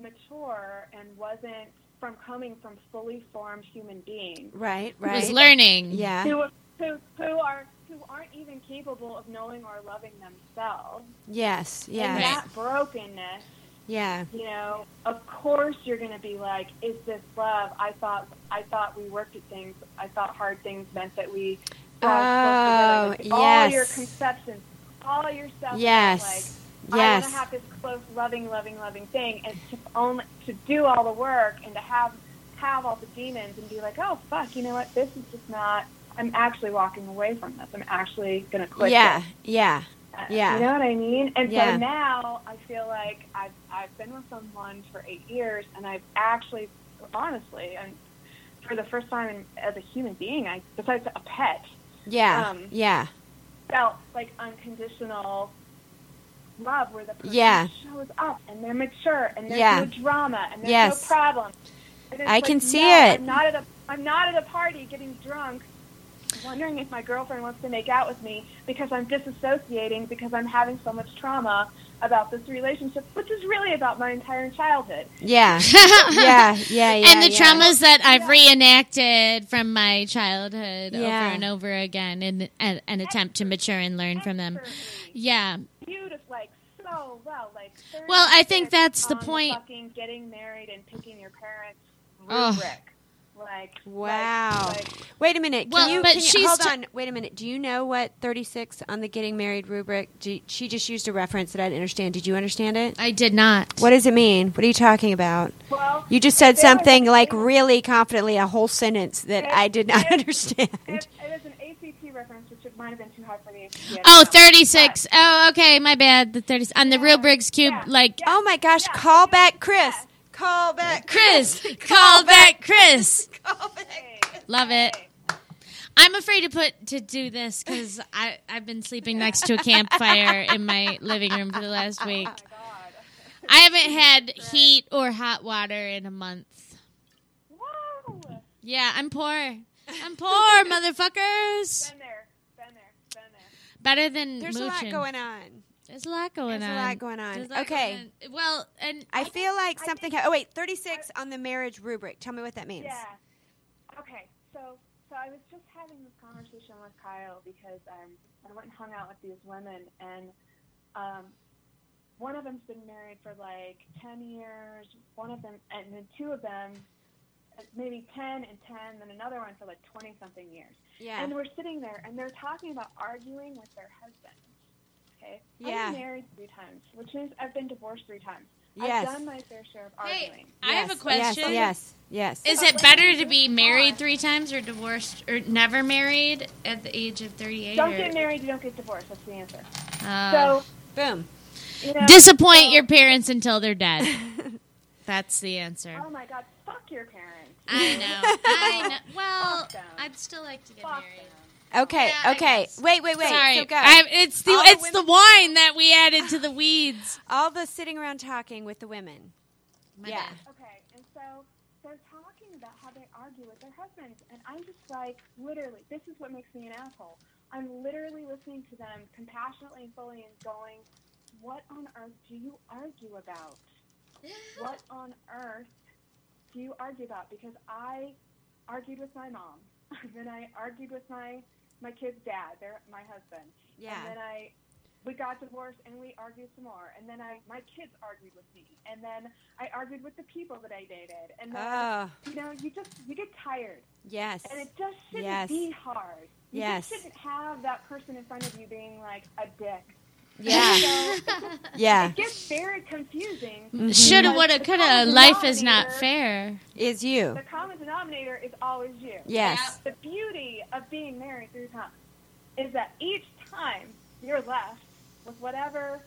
mature and wasn't from coming from fully formed human beings
right. Right.
Was learning.
yeah.
who, who, who are who aren't even capable of knowing or loving themselves.
Yes.
And
Yeah.
Right.
that brokenness,
Yeah.
you know, of course you're going to be like, "Is this love?" I thought I thought we worked at things. I thought hard things meant that we. uh, brought us close together. Like,
Oh,
All your
yes.
conceptions, all your stuff. was Like,
Yes.
I want
Yes.
to have this close, loving, loving, loving thing, and to only to do all the work and to have have all the demons and be like, oh fuck, you know what? This is just not. I'm actually walking away from this. I'm actually gonna quit.
Yeah.
this."
Yeah.
Uh,
yeah.
You know what I mean? And
Yeah.
so now I feel like I've I've been with someone for eight years, and I've actually, honestly, and for the first time in- as a human being, I besides a pet,
Yeah.
Um,
yeah.
felt like unconditional love where the person
Yeah.
shows up and they're mature and there's
Yeah.
no drama and there's
Yes.
no problem. And it's
I
like,
can see
no,
it.
I'm not at a I'm not at a party getting drunk wondering if my girlfriend wants to make out with me because I'm disassociating because I'm having so much trauma about this relationship, which is really about my entire childhood.
Yeah. yeah. Yeah. Yeah.
and the
yeah.
traumas that I've reenacted from my childhood
Yeah.
over and over again in an, an attempt to mature and learn from them.
Expertly.
Yeah.
beautiful, like so well, like. 30
Well, I think
minutes
that's the
on
point.
Fucking getting married and picking your parents
Ugh.
rubric, like
Wow.
Like, like,
Wait a minute. Can
Well,
you,
but
can you-
she's
hold
t-
on? Wait a minute. Do you know what 36 on the getting married rubric? Do, she just used a reference that I didn't understand. Did you understand it?
I did not.
What does it mean? What are you talking about?
well,
You just said
if there was
something
an-
like really confidently, a whole sentence that
It-
I did not
it-
understand.
It, it is an ACT reference, which it might have been too hard for the ACT. I
Oh,
don't know.
36. Oh, okay. My bad. The 30s. On the Rubric's Cube,
yeah,
like,
Oh my gosh,
yeah,
call
yeah,
back Chris.
yeah.
Call back
Chris, call back Chris.
Call back.
Hey,
Love it.
hey.
I'm afraid to put to do this because I've been sleeping next to a campfire in my living room for the last week.
Oh, my God.
I haven't had heat or hot water in a month.
Whoa.
Yeah, I'm poor. I'm poor, motherfuckers.
Been there. Been there. Been there.
Better than
There's a
mooching.
lot going on.
There's a lot going
There's
on.
a lot going on.
There's a lot
Okay.
going on. Well, and
I feel like something. Ha- oh wait, 36 on the marriage rubric. Tell me what that means.
Yeah. Okay. So, so I was just having this conversation with Kyle because um, I went and hung out with these women, and um, one of them's been married for like ten years. One of them, and then two of them, uh, maybe ten and ten, then another one for like twenty something years.
Yeah.
And we're sitting there, and they're talking about arguing with their husbands. Okay.
Yeah.
I've been married three times, which means I've been divorced three times.
Yes.
I've done my fair share of
Hey,
arguing.
I have a
Yes, yes,
question.
Yes. Yes.
Is it better to be married three times or divorced or never married at the age of 38?
Don't
or-
get married, you don't get divorced. That's the answer.
Uh,
So, um,
Boom.
you know,
disappoint
so-
your parents until they're dead. That's the answer.
Oh my God, fuck your parents.
I know. I know. Well,
Fuck them.
I'd still like to get
Fuck
married.
them.
Okay.
Yeah, I
okay.
guess.
Wait. Wait. Wait.
Sorry,
So go.
I, it's the
All the
it's the wine that we added to the weeds.
All the sitting around talking with the women.
My
yeah.
bad.
Okay, and so they're talking about how they argue with their husbands, and I'm just like, literally, this is what makes me an asshole. I'm literally listening to them compassionately and fully and going, what on earth do you argue about? what on earth do you argue about? Because I argued with my mom, and then I argued with my my kid's dad, their, my husband.
Yeah.
And then I we got divorced and we argued some more. And then I my kids argued with me. And then I argued with the people that I dated. And then
Oh.
you know, you just you get tired.
Yes.
And it just shouldn't
Yes.
be hard. You
Yes.
just shouldn't have that person in front of you being like a dick.
Yeah.
So
Yeah.
it gets very confusing.
Mm-hmm.
Shoulda,
Because
woulda,
the
coulda.
common
Life is not
denominator-
fair.
Is you.
The common denominator is always you.
Yes.
The beauty of being married three times is that each time you're left with whatever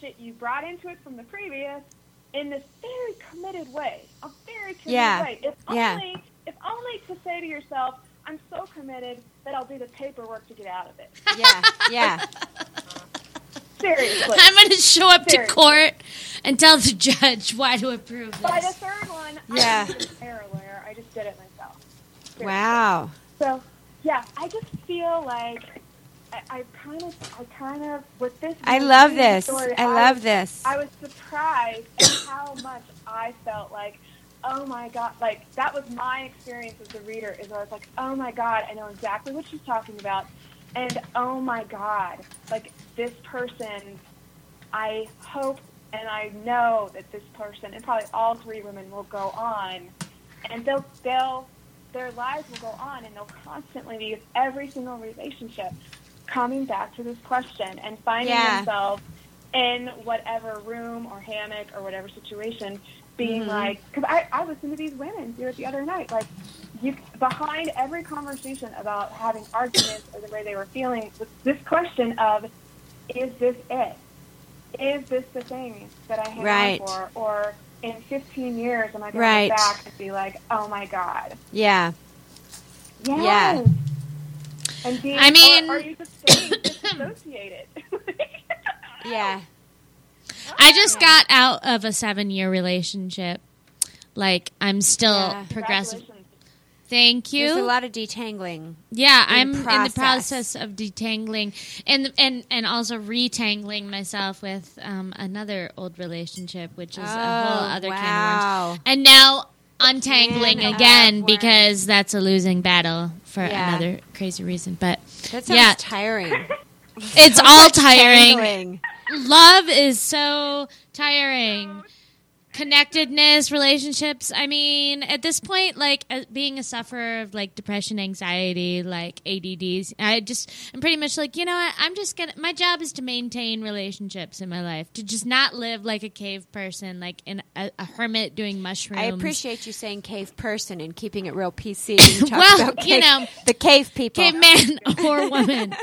shit you brought into it from the previous in this very committed way, a very committed
Yeah.
way. If only,
Yeah.
if only to say to yourself, "I'm so committed that I'll do the paperwork to get out of it."
yeah, yeah.
Seriously.
I'm going to show up to
Seriously.
court and tell the judge why to approve
By the
this.
third one,
Yeah.
I wasn't even a lawyer. I just did it myself. Seriously.
Wow.
So, yeah, I just feel like I, I kind of, I kind of with this.
I love
Disney
this.
story,
I love
was-
this.
I was surprised at how much I felt like, oh my god, like that was my experience as a reader. Is I was like, oh my god, I know exactly what she's talking about, and oh my god, like this person, I hope and I know that this person, and probably all three women, will go on, and they'll they'll their lives will go on, and they'll constantly be with every single relationship coming back to this question and finding
Yeah.
themselves in whatever room or hammock or whatever situation being like because I, I listened to these women do it the other night like you behind every conversation about having arguments or the way they were feeling was this question of is this it is this the thing that i hang
Right.
on for or in 15 years am i going
Right.
to look back and be like oh my god
Yeah.
yes.
Yeah.
and being,
I mean-
or, are you just getting disassociated
Yeah.
I just got out of a seven year relationship. Like, I'm still
Yeah.
progressive.
Congratulations.
Thank you.
There's a lot of detangling.
Yeah,
in
I'm in the
process.
process of detangling and and and also retangling myself with um, another old relationship, which is a whole Oh, other can of worms.
Oh, wow.
And now untangling
Can of
again
worms.
because that's a losing battle for
Yeah.
another crazy reason. But
That sounds
Yeah.
tiring.
it's all tiring.
Tangling.
Love is so tiring. Connectedness, relationships. I mean, at this point, like as being a sufferer of like depression, anxiety, like ADDs, I just, I'm pretty much like, you know what? I'm just gonna, my job is to maintain relationships in my life, to just not live like a cave person, like in a, a hermit doing mushrooms.
I appreciate you saying cave person and keeping it real PC. when you talk
Well,
about
you
cave-
know,
the cave people.
caveman or woman.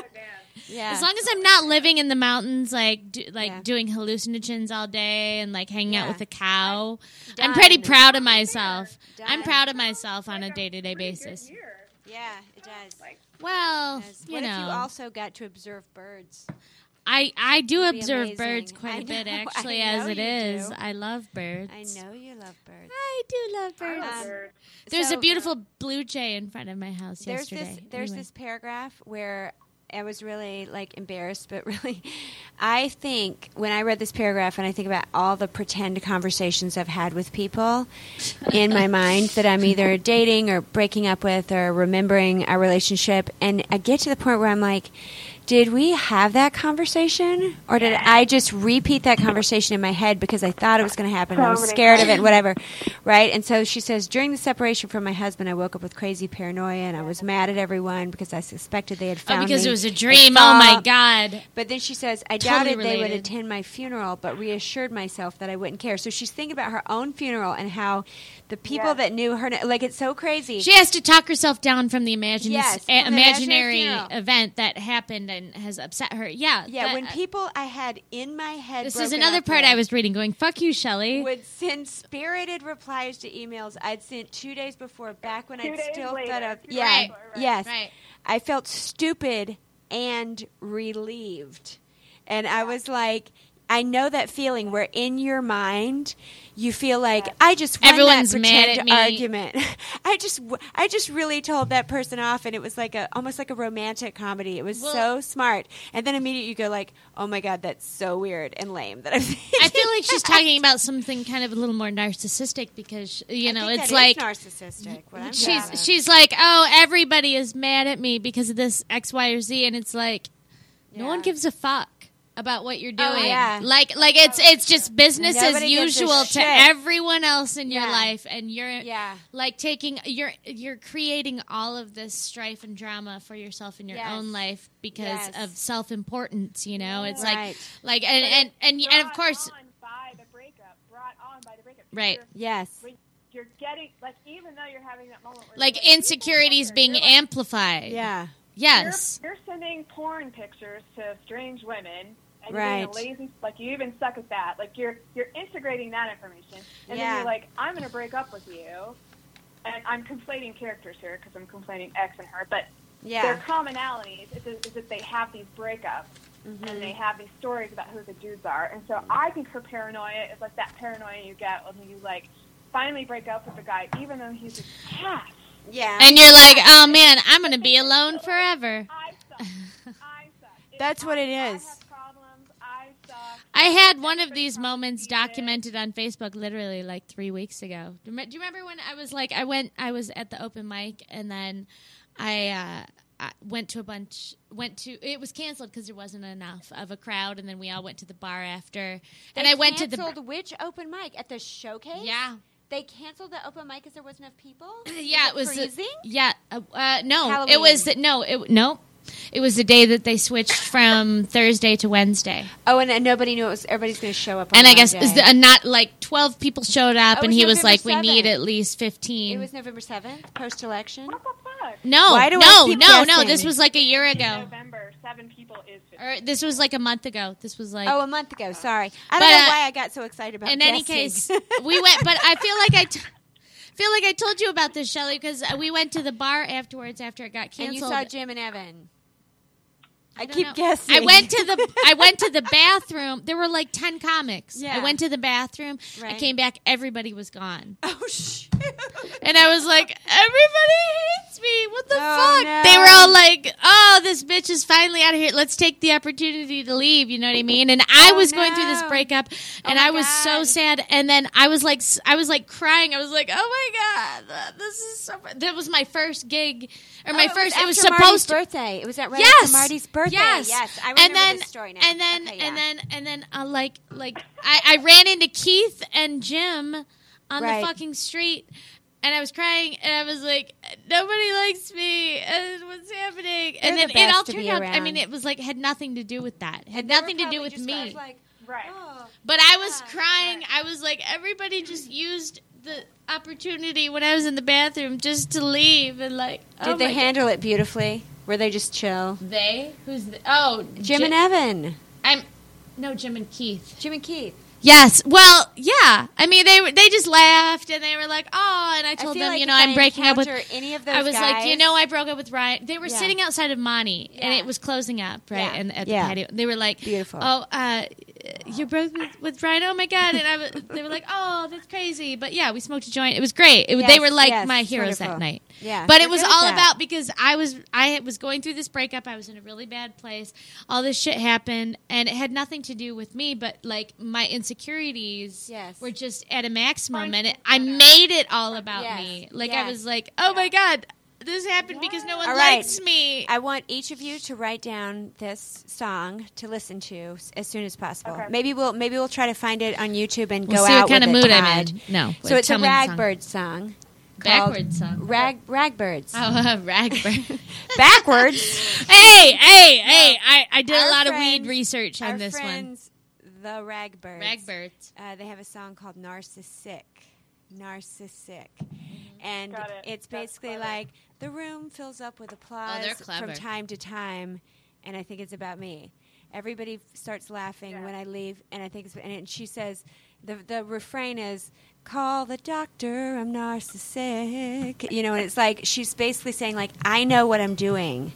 yeah.
As long as I'm not living in the mountains, like do, like
Yeah.
doing hallucinogens all day and like hanging out
Yeah.
with a cow,
Done.
I'm pretty proud of myself.
Done.
I'm proud of myself on a day to day basis.
yeah, it does.
Well,
It does.
you
what if you
know,
also got to observe birds?
I I do
It'd be
observe
amazing.
birds
I
quite a bit
know, I
actually.
know
As it
you
is,
do.
I love birds.
I know you love birds.
I do love birds.
Um,
there's
so- um,
a beautiful blue jay in front of my house
there's
yesterday.
this there's
Anyway.
this paragraph where I was really like embarrassed, but really, I think when I read this paragraph and I think about all the pretend conversations I've had with people in my mind that I'm either dating or breaking up with or remembering a relationship, and I get to the point where I'm like, did we have that conversation or did I just repeat that conversation in my head because I thought it was going to happen? and I was
Probably.
scared of it, whatever. Right? And so she says, during the separation from my husband, I woke up with crazy paranoia and I was mad at everyone because I suspected they had
Oh,
found
because
me
it was a
at
dream. Oh my
fault.
god.
But then she says, I
Totally
doubted they would
related.
attend my funeral, but reassured myself that I wouldn't care. So she's thinking about her own funeral and how the people
Yeah.
that knew her, like, it's so crazy.
She has to talk herself down from the imagine-
Yes,
a-
from the imaginary
imaginary
funeral.
event that happened and has upset her. Yeah.
yeah,
that- uh,
when people I had in my head.
This is
broken
another
up
part
with,
I was reading going, fuck you, Shelley.
would send spirited replies to emails I'd sent two days before, back when
Two
I'd
days
still
later.
thought of.
Two days
Yeah,
later,
right.
yes.
Right.
I felt stupid and relieved. And I was like, I know that feeling where in your mind you feel like I just won
Everyone's
that
mad
pretend
at me.
argument. I just w- I just really told that person off, and it was like a almost like a romantic comedy. It was
Well-
so smart, and then immediately you go like, "Oh my god, that's so weird and lame." That I'm
I feel like she's talking about something kind of a little more narcissistic because you know it's like
narcissistic. What I'm
she's
having.
she's like oh everybody is mad at me because of this X Y or Z and it's like no
Yeah.
one gives a fuck about what you're doing
Oh, yeah.
like like it's it's just business
Nobody
as
gives a
usual to
shit.
everyone else in
Yeah.
your life and you're
yeah.
like taking you're you're creating all of this strife and drama for yourself in your
Yes.
own life because
Yes.
of self-importance you know it's
Right.
like like and and and, and of course
Brought on by the breakup, brought on by the breakup.
Right.
You're-
Yes.
when You're getting like even though you're having that moment, where
like
you're
insecurities
you're
being
like-
amplified
Yeah.
yes
You're, you're sending porn pictures to strange women, and you're being
Right.
a lazy like you even suck at that. Like you're you're integrating that information, and
Yeah.
then you're like, I'm gonna break up with you, and I'm conflating characters here because I'm conflating X and her, but their
Yeah.
commonalities is, is that they have these breakups
Mm-hmm.
and they have these stories about who the dudes are. And so I think her paranoia is like that paranoia you get when you like finally break up with the guy, even though he's an ass.
Yeah.
And you're like, oh man, I'm gonna be alone forever.
I suck. I suck. It-
That's what it
I-
is.
I have problems. I suck.
I had one of these moments documented on Facebook literally like three weeks ago. Do you rem- do you remember when I was like, I went, I was at the open mic, and then I, uh, I went to a bunch, went to, it was canceled because there wasn't enough of a crowd, and then we all went to the bar after, and I went to the.
canceled which open mic at the showcase.
Yeah,
they canceled the open mic because there wasn't enough people.
yeah, it was the-
freezing.
yeah, uh, uh, no,
Halloween.
it was no, it no, it was the day that they switched from Thursday to Wednesday.
Oh, and, and nobody knew it was. Everybody's going to show up. On
and I guess
Monday.
is the, uh, not like twelve people showed up,
Oh, it
and
was
he was
November
like, "We
7th.
need at least 15.
It was November seventh, post election.
What the fuck?
no,
Why do I
no,
keep
no, no.
guessing?
This was like a year ago,
November, seven people is. fifty.
or this was like a month ago. This was like.
Oh, a month ago. Sorry.
I
but,
don't know
uh,
why I got so excited about.
in any
guessing.
case, we went, but I feel like I. T- Feel like I told you about this, Shelly, because we went to the bar afterwards after it got
and you
canceled.
saw Jim and Evan. I,
don't
keep
know.
guessing.
I went to the I went to the bathroom. There were like ten comics. I
Yeah.
went to the bathroom. I
Right.
came back. Everybody was gone.
Oh shoot!
And I was like, everybody hates me. What the
Oh,
fuck?
no.
They were all like, oh, this bitch is finally out of here. Let's take the opportunity to leave. You know what I mean? And I
Oh,
was going through this
no. Oh
breakup and
my
I was so
God.
sad. And then I was like, s- I was like crying. I was like, oh my God, uh, this is so bad. That was my first gig or
Oh,
my first, it was
Oh, after
supposed to.
Marty's birthday. It was at right
Yes.
after Marty's birthday.
Yes.
yes. I remember
And then,
this story now.
and then,
Okay, yeah.
and then, and then, uh, like, like I, I ran into Keith and Jim on
Right.
the fucking street, and I was crying, and I was like, nobody likes me, and what's happening?
They're
and then
the
it
best
all
to
turned
be
out. I
around.
mean, it was like had nothing to do with that. Had nothing to do with me.
Right.
oh.
but I was crying. I was like, everybody just used the opportunity when I was in the bathroom just to leave, and like,
Did
oh
they
my
handle it beautifully? Were they just chill?
God. They who's the, oh
Jim
Ji-
and Evan.
I'm no Jim and Keith.
Jim and Keith.
Yes. Well, yeah. I mean, they were- they just laughed and they were like, oh, and I told
feel
them,
like
you know,
if
I'm
I
breaking up with.
encounter any of those.
I was like, you
guys-
know, I broke up with Ryan. They were
Yeah.
sitting outside of Monty, and
Yeah.
it was closing up, right?
Yeah.
And at
Yeah.
the patio, they were like,
Beautiful.
Oh, uh, you broke with, with Ryan? Oh my god! And I was, they were like, oh, that's crazy. But yeah, we smoked a joint. It was great. It, they
Yes,
were like
yes,
my heroes that
wonderful.
night.
yeah,
But
you're
it was
good at
all
that.
about because I was I was going through this breakup. I was in a really bad place. All this shit happened, and it had nothing to do with me. But like my insecurities
Yes.
were just at a maximum, and it, I made it all about
Yes.
me. Like I
Yes.
was like, oh my god, this happened because no one
All right.
likes me.
I want each of you to write down this song to listen to s- as soon as possible.
Okay.
Maybe we'll maybe we'll try to find it on YouTube and
We'll
go
see
out
what kind
with
of
it, Todd.
mood I'm in. No,
So it's a
tell me the song.
ragbird song. called
backward song.
Rag ragbirds.
Oh, ragbird.
Backwards.
hey, hey, hey! I, I did
Our
a lot of
friends-
weed research on
Our
this
friends, the ragbirds.
one. Ragbirds.
Uh, they have a song called Narcissistic. Narcissistic.
Mm-hmm.
And
Got it.
it's
That's
basically
clever.
like the room fills up with applause
Oh, they're
from
clever.
time to time, and I think it's about me. Everybody f- starts laughing
Yeah.
when I leave, and I think it's. And it- she says, the the refrain is, "Call the doctor, I'm narcissistic." You know, and it's like she's basically saying, like, I know what I'm doing.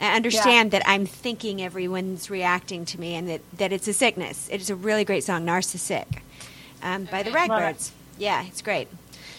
I understand that I'm thinking everyone's reacting to me and that, that it's a sickness. It is a really great song, Narcissic, um, by the Ragbirds. Yeah, it's great.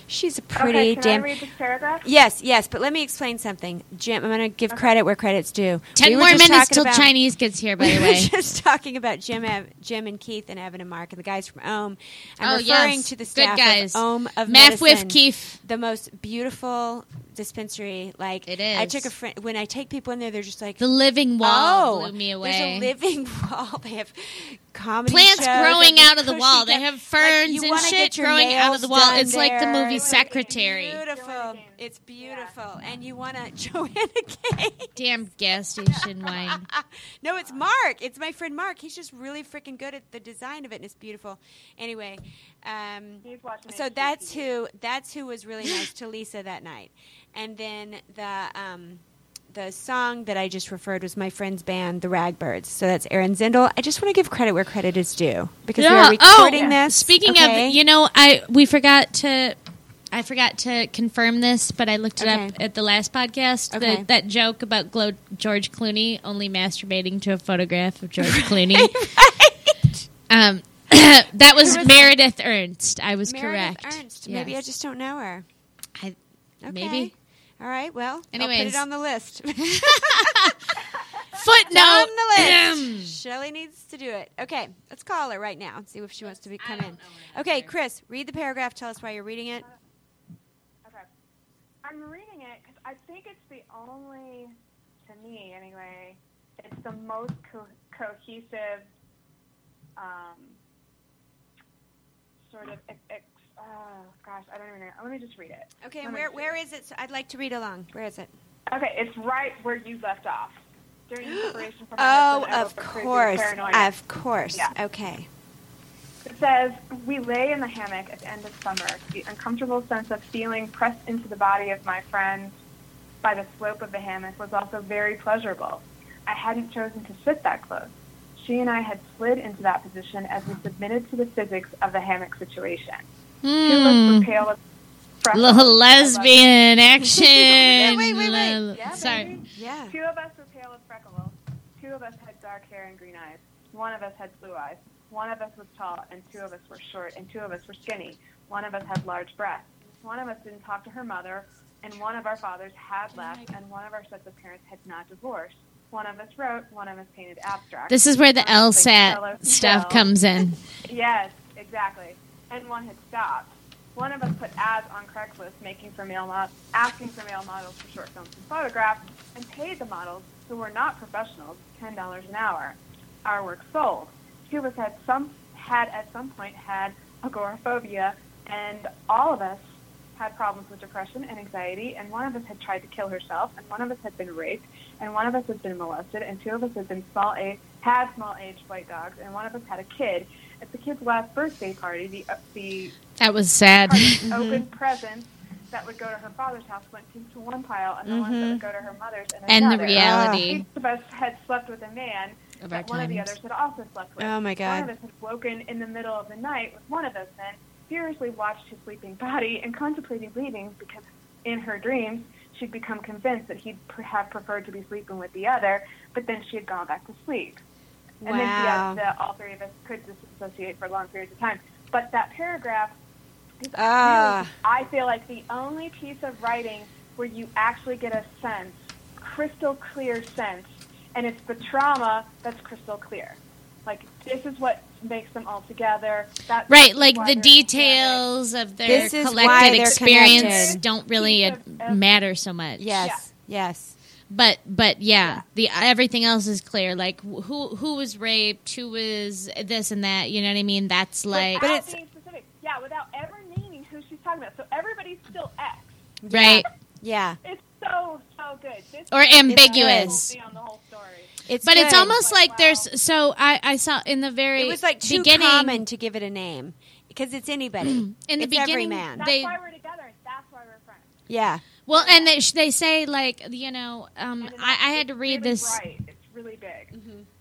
She's a pretty
okay, can
damn.
I read this paragraph?
yes, yes, but let me explain something. Jim, I'm going to give credit where credit's due.
Ten
We were
more
just
minutes
talking
till
about-
Chinese gets here. By the
we were
way,
just talking about Jim, Ev- Jim and Keith and Evan and Mark and the guys from Ohm. I'm
Oh,
referring
yes.
to the
Good
staff
guys.
of Ohm of
Math
Medicine
with Keef.
the most beautiful dispensary. Like
It
I
is.
took a friend when I take people in there, they're just like
The living wall
oh,
blew me
There's a
away.
living wall. They have comedy
Plants
shows. They
growing
have
out of the
cushy
wall. They
stuff.
have
Like,
ferns
you
and
wanna
shit
get your
growing out of
nails
the wall.
done
It's like the
there.
movie Secretary.
Beautiful.
Joanna Gaines.
It's beautiful, and you want to Joanna Gaines.
Damn gas station wine.
No, it's Mark. It's my friend Mark. He's just really freaking good at the design of it, and it's beautiful. Anyway, um,
He's watching
so
HGTV.
that's who that's who was really nice to Lisa that night, and then the um,
the song that I just referred was my friend's band, the Ragbirds. So that's Aaron Zindel. I just want to give credit where credit is due because
Yeah.
we are recording
oh,
this.
Speaking
okay?
of, you know, I we forgot to. I forgot to confirm this, but I looked it up
Okay.
at the last podcast. the-
Okay.
that joke about Glo- George Clooney only masturbating to a photograph of George Clooney. Um, that was, Meredith Ernst. I was
Meredith
correct.
Ernst. Maybe I
Yes.
just don't know her.
I-
Okay.
maybe.
All right. Well, I'll put
Anyways.
it on the list.
footnote.
on the list. Shelley needs to do it. Okay, let's call her right now and see if she wants to be come in. Okay, Chris, read the paragraph. Tell us why you're reading it.
Okay. I'm reading it because I think it's the only, to me anyway, it's the most co- cohesive um, sort of. Ex- ex- oh, gosh, I don't even know. Let me just read it.
Okay,
Let
and
me
where
see.
where is it? So I'd like to read along. Where is it?
Okay, it's right where you left off. During inspiration from
Oh,
Edison, I
of
wrote for Creepy
course,
Paranoia.
of course.
Yeah.
Okay.
It says, We lay in the hammock at the end of summer. The uncomfortable sense of feeling pressed into the body of my friend by the slope of the hammock was also very pleasurable. I hadn't chosen to sit that close. She and I had slid into that position as we submitted to the physics of the hammock situation. Two of us were pale as
Hmm. Um, Little lesbian action.
wait, wait, wait.
Le-
Yeah,
Sorry.
baby.
Yeah.
Two of us were pale and freckled. Two of us had dark hair and green eyes. One of us had blue eyes. One of us was tall, and two of us were short, and two of us were skinny. One of us had large breasts. One of us didn't talk to her mother, and one of our fathers had left, and one of our sets of parents had not divorced. One of us wrote, one of us painted abstract.
This is where the
One of us played
LSAT
cello
stuff
still.
comes in.
Yes, exactly. And one had stopped. One of us put ads on Craigslist making for male mo- asking for male models for short films and photographs and paid the models who were not professionals ten dollars an hour. Our work sold. Two of us had some had at some point had agoraphobia and all of us had problems with depression and anxiety and one of us had tried to kill herself and one of us had been raped and one of us had been molested and two of us had been small age had small aged white dogs and one of us had a kid at the kid's last birthday party, the, the
That was sad.
party's open presents that would go to her father's house went into one pile, and the ones that would go to her mother's and,
And the
another.
reality
Each of us had slept with a man
of our
that one of the
times.
others had also slept with.
Oh, my God.
One of us had woken in the middle of the night with one of those men, furiously watched his sleeping body, and contemplated leaving because in her dreams she'd become convinced that he'd pre- have preferred to be sleeping with the other, but then she had gone back to sleep. And then
Wow.
yes, the, all three of us could disassociate for long periods of time. But that paragraph is
Uh,
Ah.
really, I feel like the only piece of writing where you actually get a sense, crystal clear sense, and it's the trauma that's crystal clear. Like this is what makes them all together. That's
Right, like
why
the
they're together.
details of their
This is why
collected
they're
experience
connected.
don't really uh, matter so much.
Yes. Yes.
But but yeah, the everything else is clear. Like wh- who who was raped, who was this and that. You know what I mean? That's like
without being specific. Yeah, without ever naming who she's talking about. So everybody's still X.
right
Yeah.
It's so so good. This
or
is
ambiguous.
the whole thing on the whole story.
It's
But it's
good.
almost
Like,
like,
wow.
there's so I, I saw in the very
it was like too
beginning
common to give it a name because it's anybody.
in the
it's
beginning
every man.
That's
they
why we're together. That's why we're friends.
Yeah.
well and they they say like you know um,
And it's-
I, I had to
it's
read
really
this
bright. It's really big.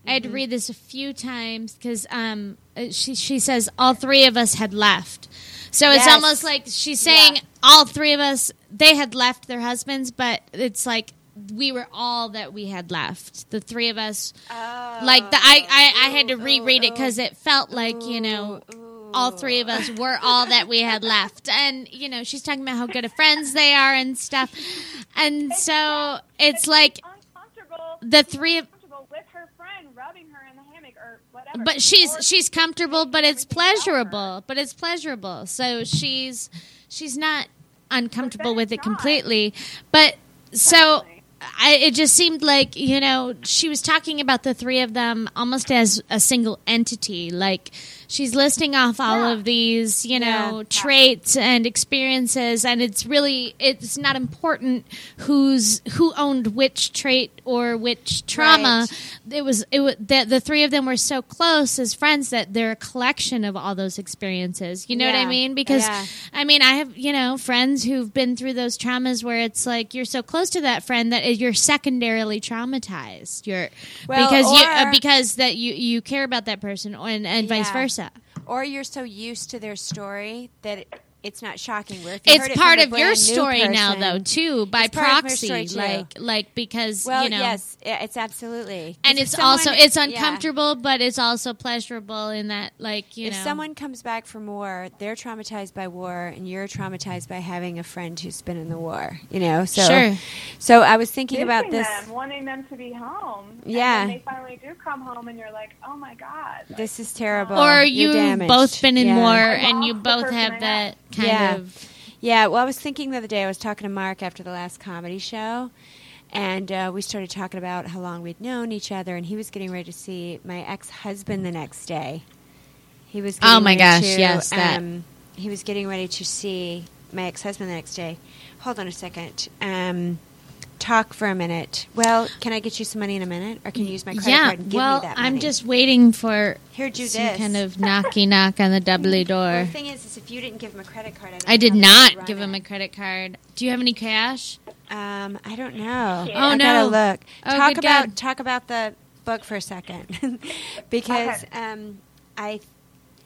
I had to read this a few times because um, uh, she she says all three of us had left, so it's
Yes.
almost like she's saying all three of us they had left their husbands, but it's like we were all that we had left. The three of us, like the I I, I had to reread it 'cause it because it felt like you know. All three of us were all that we had left, and you know she's talking about how good of friends they are and stuff, and so it's like
uncomfortable.
the three of
uncomfortable with her friend rubbing her in the hammock or whatever.
but she's
Or-
she's comfortable but
everything about
it's
her.
pleasurable but it's pleasurable so she's she's not uncomfortable
then
with it
it's not.
completely but so
Exactly.
I, it just seemed like you know she was talking about the three of them almost as a single entity like she's listing off all of these, you know, traits and experiences, and it's really it's not important who's who owned which trait or which trauma. It was it was that the three of them were so close as friends that they're a collection of all those experiences. You know what I
Yeah.
mean? Because
Yeah.
I mean, I have you know friends who've been through those traumas where it's like you're so close to that friend that you're secondarily traumatized. You're
Well,
because you uh,
or-
because that you you care about that person and and vice
Yeah.
versa.
or you're so used to their story that it, it's not shocking. Where if you heard
It's
it
part
from a
of your
brand new
story now, though,
person-
too, by
It's part of my
proxy.
story, too.
Like, like because
Well,
you know,
yes, i- it's absolutely, 'Cause
and
if
it's
someone-
also it's
yeah.
uncomfortable, but it's also pleasurable in that, like you
if
know,
someone comes back from war, they're traumatized by war, and you're traumatized by having a friend who's been in the war. You know, so
Sure.
so I was thinking about
Missing
this.
them, wanting them to be home.
Yeah.
And then they finally do come home, and you're like, oh my god. Like,
This is terrible.
or
You're
you've
damaged.
both been in
Yeah.
war
I
and you
lost the
both
person I
have that kind
Yeah.
of
Yeah, well, I was thinking the other day, I was talking to Mark after the last comedy show, and uh, we started talking about how long we'd known each other, and he was getting ready to see my ex husband the next day. He was
Oh
getting
my
ready
gosh,
to,
yes, that-
Um, he was getting ready to see my ex husband the next day. Hold on a second. Um, talk for a minute. Well, can I get you some money in a minute? Or can you use my credit
yeah.
card and give
Well,
me that
I'm
money?
just waiting for
Here, do
some
this.
kind of knocky knock on the doubly
Well,
door.
the thing is, is if you didn't give him a credit card, I, don't
I did
know how to
not give
run
him
it.
a credit card. Do you have any cash?
Um, I don't know.
Oh,
I
no.
Gotta look.
Oh,
talk
good
about
God.
talk about the book for a second, because um, I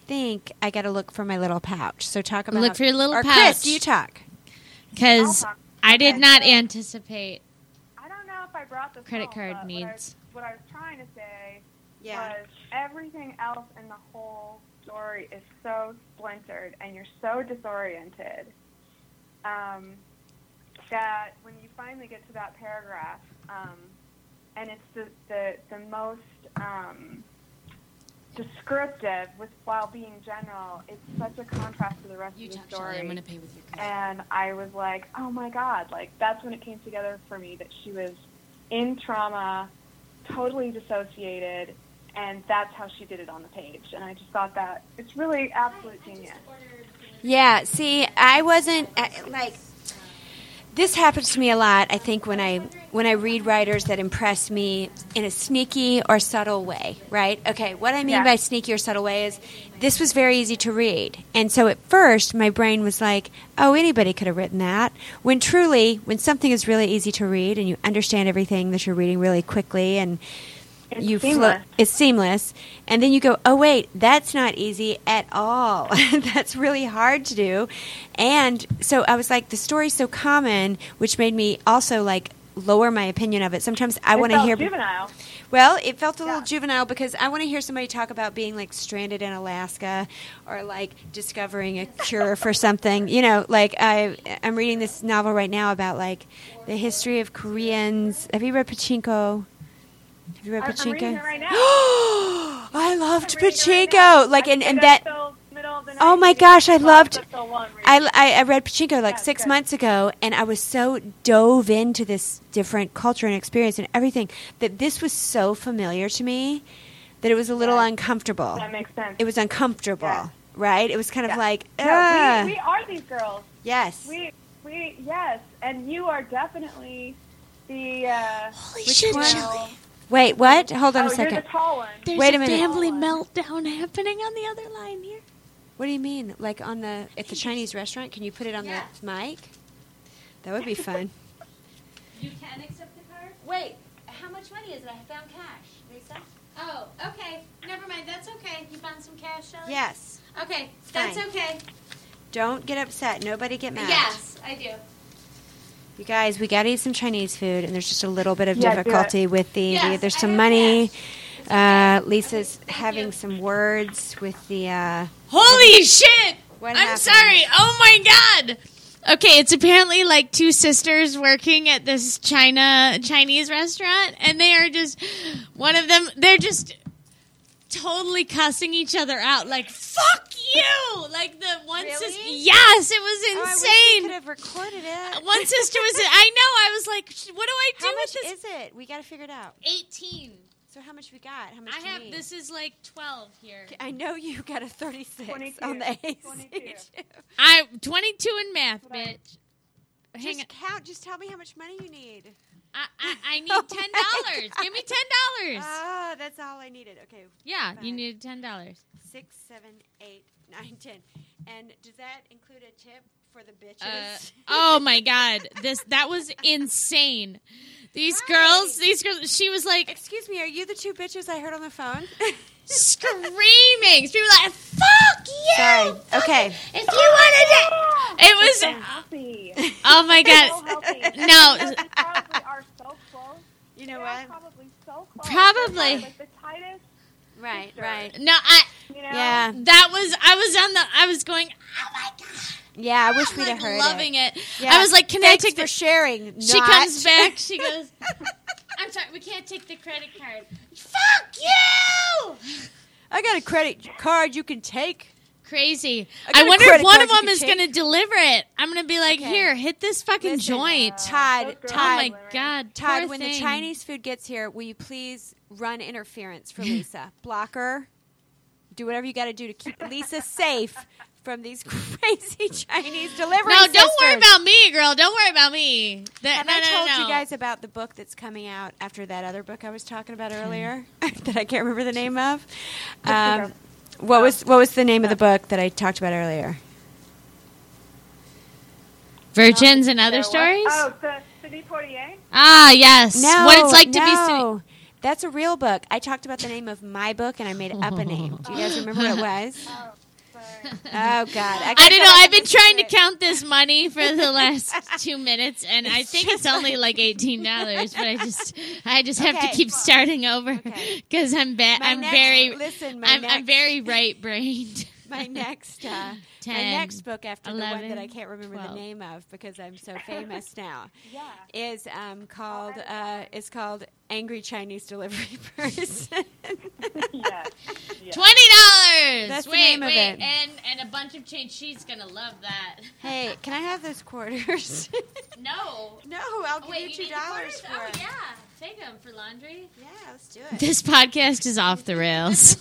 think I got to look for my little pouch. So talk about
Look for your little
or
pouch.
Chris, you talk.
Because
I'll talk.
I did
Okay.
not anticipate.
I don't know if I brought this
Credit
home,
card
but
needs.
What I, was, what I was trying to say
Yeah.
was everything else in the whole story is so splintered, and you're so disoriented um, that when you finally get to that paragraph, um, and it's the the, the most um, descriptive, with while being general, it's such a contrast to the rest of the story
pay with your
and I was like, oh my god, like that's when it came together for me that she was in trauma, totally dissociated, and that's how she did it on the page. And I just thought that it's really absolute genius.
Yeah. See, I wasn't I, like. This happens to me a lot. I think when I when I read writers that impress me in a sneaky or subtle way, right? Okay, what I mean
Yeah.
by sneaky or subtle way is this was very easy to read, and so at first my brain was like, "Oh, anybody could have written that." When truly, when something is really easy to read and you understand everything that you're reading really quickly, and
It's
you flow,
seamless.
it's seamless and then you go oh wait that's not easy at all that's really hard to do and so i was like the story's so common which made me also like lower my opinion of it sometimes i
It
want to
felt
hear
juvenile.
well it felt a little
Yeah.
juvenile because i want to hear somebody talk about being like stranded in alaska or like discovering a cure for something you know like i i'm reading this novel right now about like the history of koreans have you read pachinko have you read
I'm,
pachinko
I'm reading it right now.
I loved
I'm reading it right now.
Pachinko. Like,
I
and,
stayed
and
up
that,
till middle of the
Oh
night
my
reading
gosh, I
Pachinko
loved-
until one reading.
I, I, I read Pachinko like
Yeah,
six
good.
months ago, and I was so dove into this different culture and experience and everything that this was so familiar to me that it was a little
Yeah.
uncomfortable.
that makes sense.
It was uncomfortable,
Yeah.
right? It was kind of
Yeah.
like,
no,
"Ugh."
we, we are these girls.
yes.
We we yes, and you are definitely the uh,
Holy
which
shit,
one?
Shelley.
Wait, what? Hold on
Oh,
a second.
you're the tall one.
There's
Wait a
a,
minute.
family meltdown happening on the other line here.
What do you mean? Like on the at the Chinese restaurant? Can you put it on the mic? That would be fun.
Uh, You can accept the card? Wait, how much money is it? I found cash. Lisa? Oh, okay. Never mind. That's okay. You found some cash, Shelley?
yes.
Okay,
Fine.
that's okay.
Don't get upset. Nobody get mad.
Yes, I do.
You guys, we gotta eat some Chinese food, and there's just a little bit of
Yeah, do it.
difficulty with the,
Yes,
there's
I
some
have
money.
okay.
Uh, Lisa's
Okay, thank
having
you.
some words with the. Uh,
Holy shit!
What
I'm
happened?
sorry. Oh my god. Okay, it's apparently like two sisters working at this China Chinese restaurant, and they are just one of them. They're just totally cussing each other out, like "fuck you!" Like the one sister. Yes, it
Oh,
was
could
insane.
have recorded it.
one sister was. I know. I was like, "Sh- "What do I do
How
with
much
this?"
is it? We gotta figure it out.
Eighteen.
So how much we got? How much
I
do you
have
need?
this is like twelve here.
I know you got a 36
22.
on the AC.
22.
I twenty two in math, bitch. Hang on.
Just count. Just tell me how much money you need.
I, I, I need
Oh
ten
my
dollars. Give me ten dollars.
Oh, that's all I needed. Okay,
yeah, you
fine.
need ten dollars.
six, seven, eight, nine, ten. And does that include a tip for the
Uh,
bitches?
oh my god, this that was insane. These girls, these girls. She was like
Excuse me, are you the two bitches I heard on the phone?
screaming. She was like, "Fuck you!"
Sorry. Okay.
If you want to, it was.
Healthy.
Oh my
So
god.
healthy.
No,
They probably are so close.
You know
they
what?
are probably so close.
Probably.
They're like the tightest,
Right,
Sure.
right.
no, I.
you know?
Yeah.
That was. I was on the. I was going. Oh my god.
Yeah, I wish
I'm,
we'd
like,
have heard
loving
it.
it.
Yeah.
I was like, can
Thanks
I take
for
the?
sharing.
she
not.
comes back. She goes. I'm sorry, we can't take the credit card. Fuck you!
I got a credit card you can take.
Crazy.
I got
I
a
wonder
credit
if one
card
of
you
them
can
is
take.
going to deliver it. I'm going to be like,
Okay.
here, hit this fucking
Listen, uh,
joint.
Todd,
those girls
oh
Todd,
my god,
Todd,
poor
when the
thing.
Chinese food gets here, will you please run interference for Lisa? Block her. Do whatever you got to do to keep Lisa safe from these crazy Chinese delivery
No, don't worry
sisters.
about me, girl. Don't worry about me. That,
Have
no,
I
no,
told
no.
you guys about the book that's coming out after that other book I was talking
Hmm.
about earlier that I can't remember the name of? Um, what was what was the name
Oh.
of the book that I talked about earlier?
Virgins and other
What?
stories?
Oh, the Cindy Portier?
Ah, yes.
No,
what it's like to be. Su-
no. That's a real book. I talked about the name of my book and I made up a name. Do you guys remember what it was?
Sorry.
Oh God!
I don't know. I've been trying to count this money for the last two minutes, and I think it's only like eighteen dollars. But I just, I just have
Okay.
to keep starting over
Okay.
because I'm ba-
My
I'm
next-
very,
listen. My
I'm,
next,
I'm very right brained.
my next uh, my
Ten,
next book after the one that
11,
I can't remember the
12.
name of because I'm so famous now
Yeah.
is um, called uh, is called Angry Chinese Delivery Person.
Yes. yes.
Twenty dollars.
That's the
wait,
name of
wait,
it.
and and a bunch of change. She's gonna love that.
hey, can I have those quarters?
No.
no, I'll
Oh,
give
wait,
you
you
two
need the
dollars
quarters?
for
Oh
it.
yeah, take them for laundry.
yeah. let's do it.
This podcast is off the rails.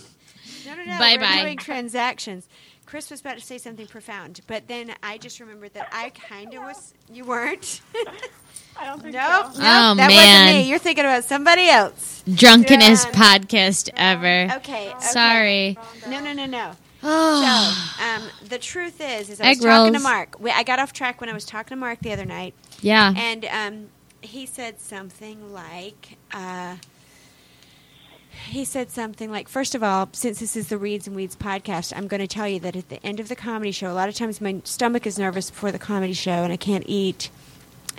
No, no, no.
Bye-bye.
We're doing transactions. Chris was about to say something profound, but then I just remembered that I kind of was. You weren't.
I don't think
Nope. nope,
so.
that
Oh, man.
wasn't me. You're thinking about somebody else.
Drunkenest
Yeah.
podcast ever.
Okay. okay.
Sorry.
No, no, no, no. So,
Oh.
um, the truth is, is I was
Egg
talking to
rolls.
Mark. We, I got off track when I was talking to Mark the other night,
yeah.
and um, he said something like, uh, he said something like, first of all, since this is the Reeds and Weeds podcast, I'm going to tell you that at the end of the comedy show, a lot of times my stomach is nervous before the comedy show, and I can't eat.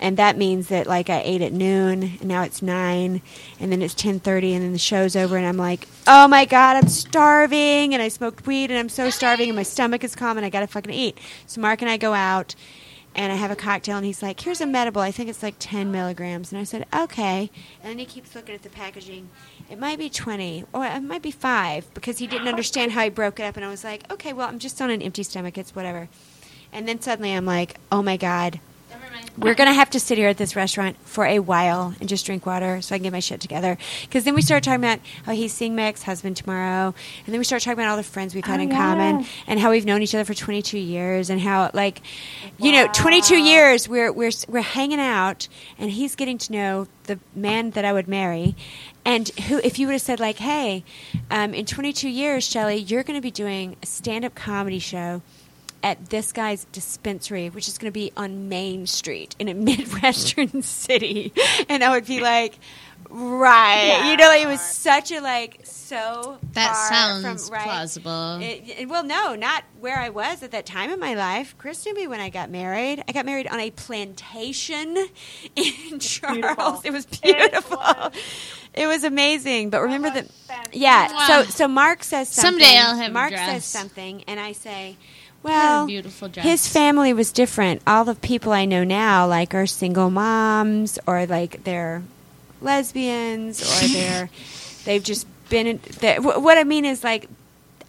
And that means that like I ate at noon, and now it's nine, and then it's ten thirty, and then the show's over, and I'm like, oh my god, I'm starving, and I smoked weed, and I'm so starving, and my stomach is calm, and I gotta fucking eat. So Mark and I go out, and I have a cocktail, and he's like, "Here's a medible. I think it's like 10 milligrams." And I said, "Okay." And then he keeps looking at the packaging. It might be 20, or it might be five, because he didn't understand how he broke it up. And I was like, "Okay, well, I'm just on an empty stomach. It's whatever." And then suddenly, I'm like, "Oh my god." We're gonna have to sit here at this restaurant for a while and just drink water so I can get my shit together. Because then we start talking about how he's seeing my ex-husband tomorrow, and then we start talking about all the friends we've had in common and how we've known each other for 22 years and how like, you know, 22 years we're we're we're hanging out and he's getting to know the man that I would marry, and who if you would have said like, hey, um, in 22 years, Shelley, you're gonna be doing a stand-up comedy show at this guy's dispensary, which is going to be on Main Street in a Midwestern city. And I would be like, right. You know, it was such a, like, so
That
far
sounds
from, right?
plausible.
It- it- well, no, not where I was at that time in my life. Chris knew me when I got married. I got married on a plantation in Charles. It was beautiful. It was,
was-
amazing. But remember
was
that,
fantastic.
yeah.
Wow.
So, so Mark says something.
Someday I'll have a
Mark
dress.
says something, and I say,
What
well,
a beautiful dress.
his family was different. All the people I know now, like, are single moms or like they're lesbians or they're they've just been. In, they, wh- what I mean is like,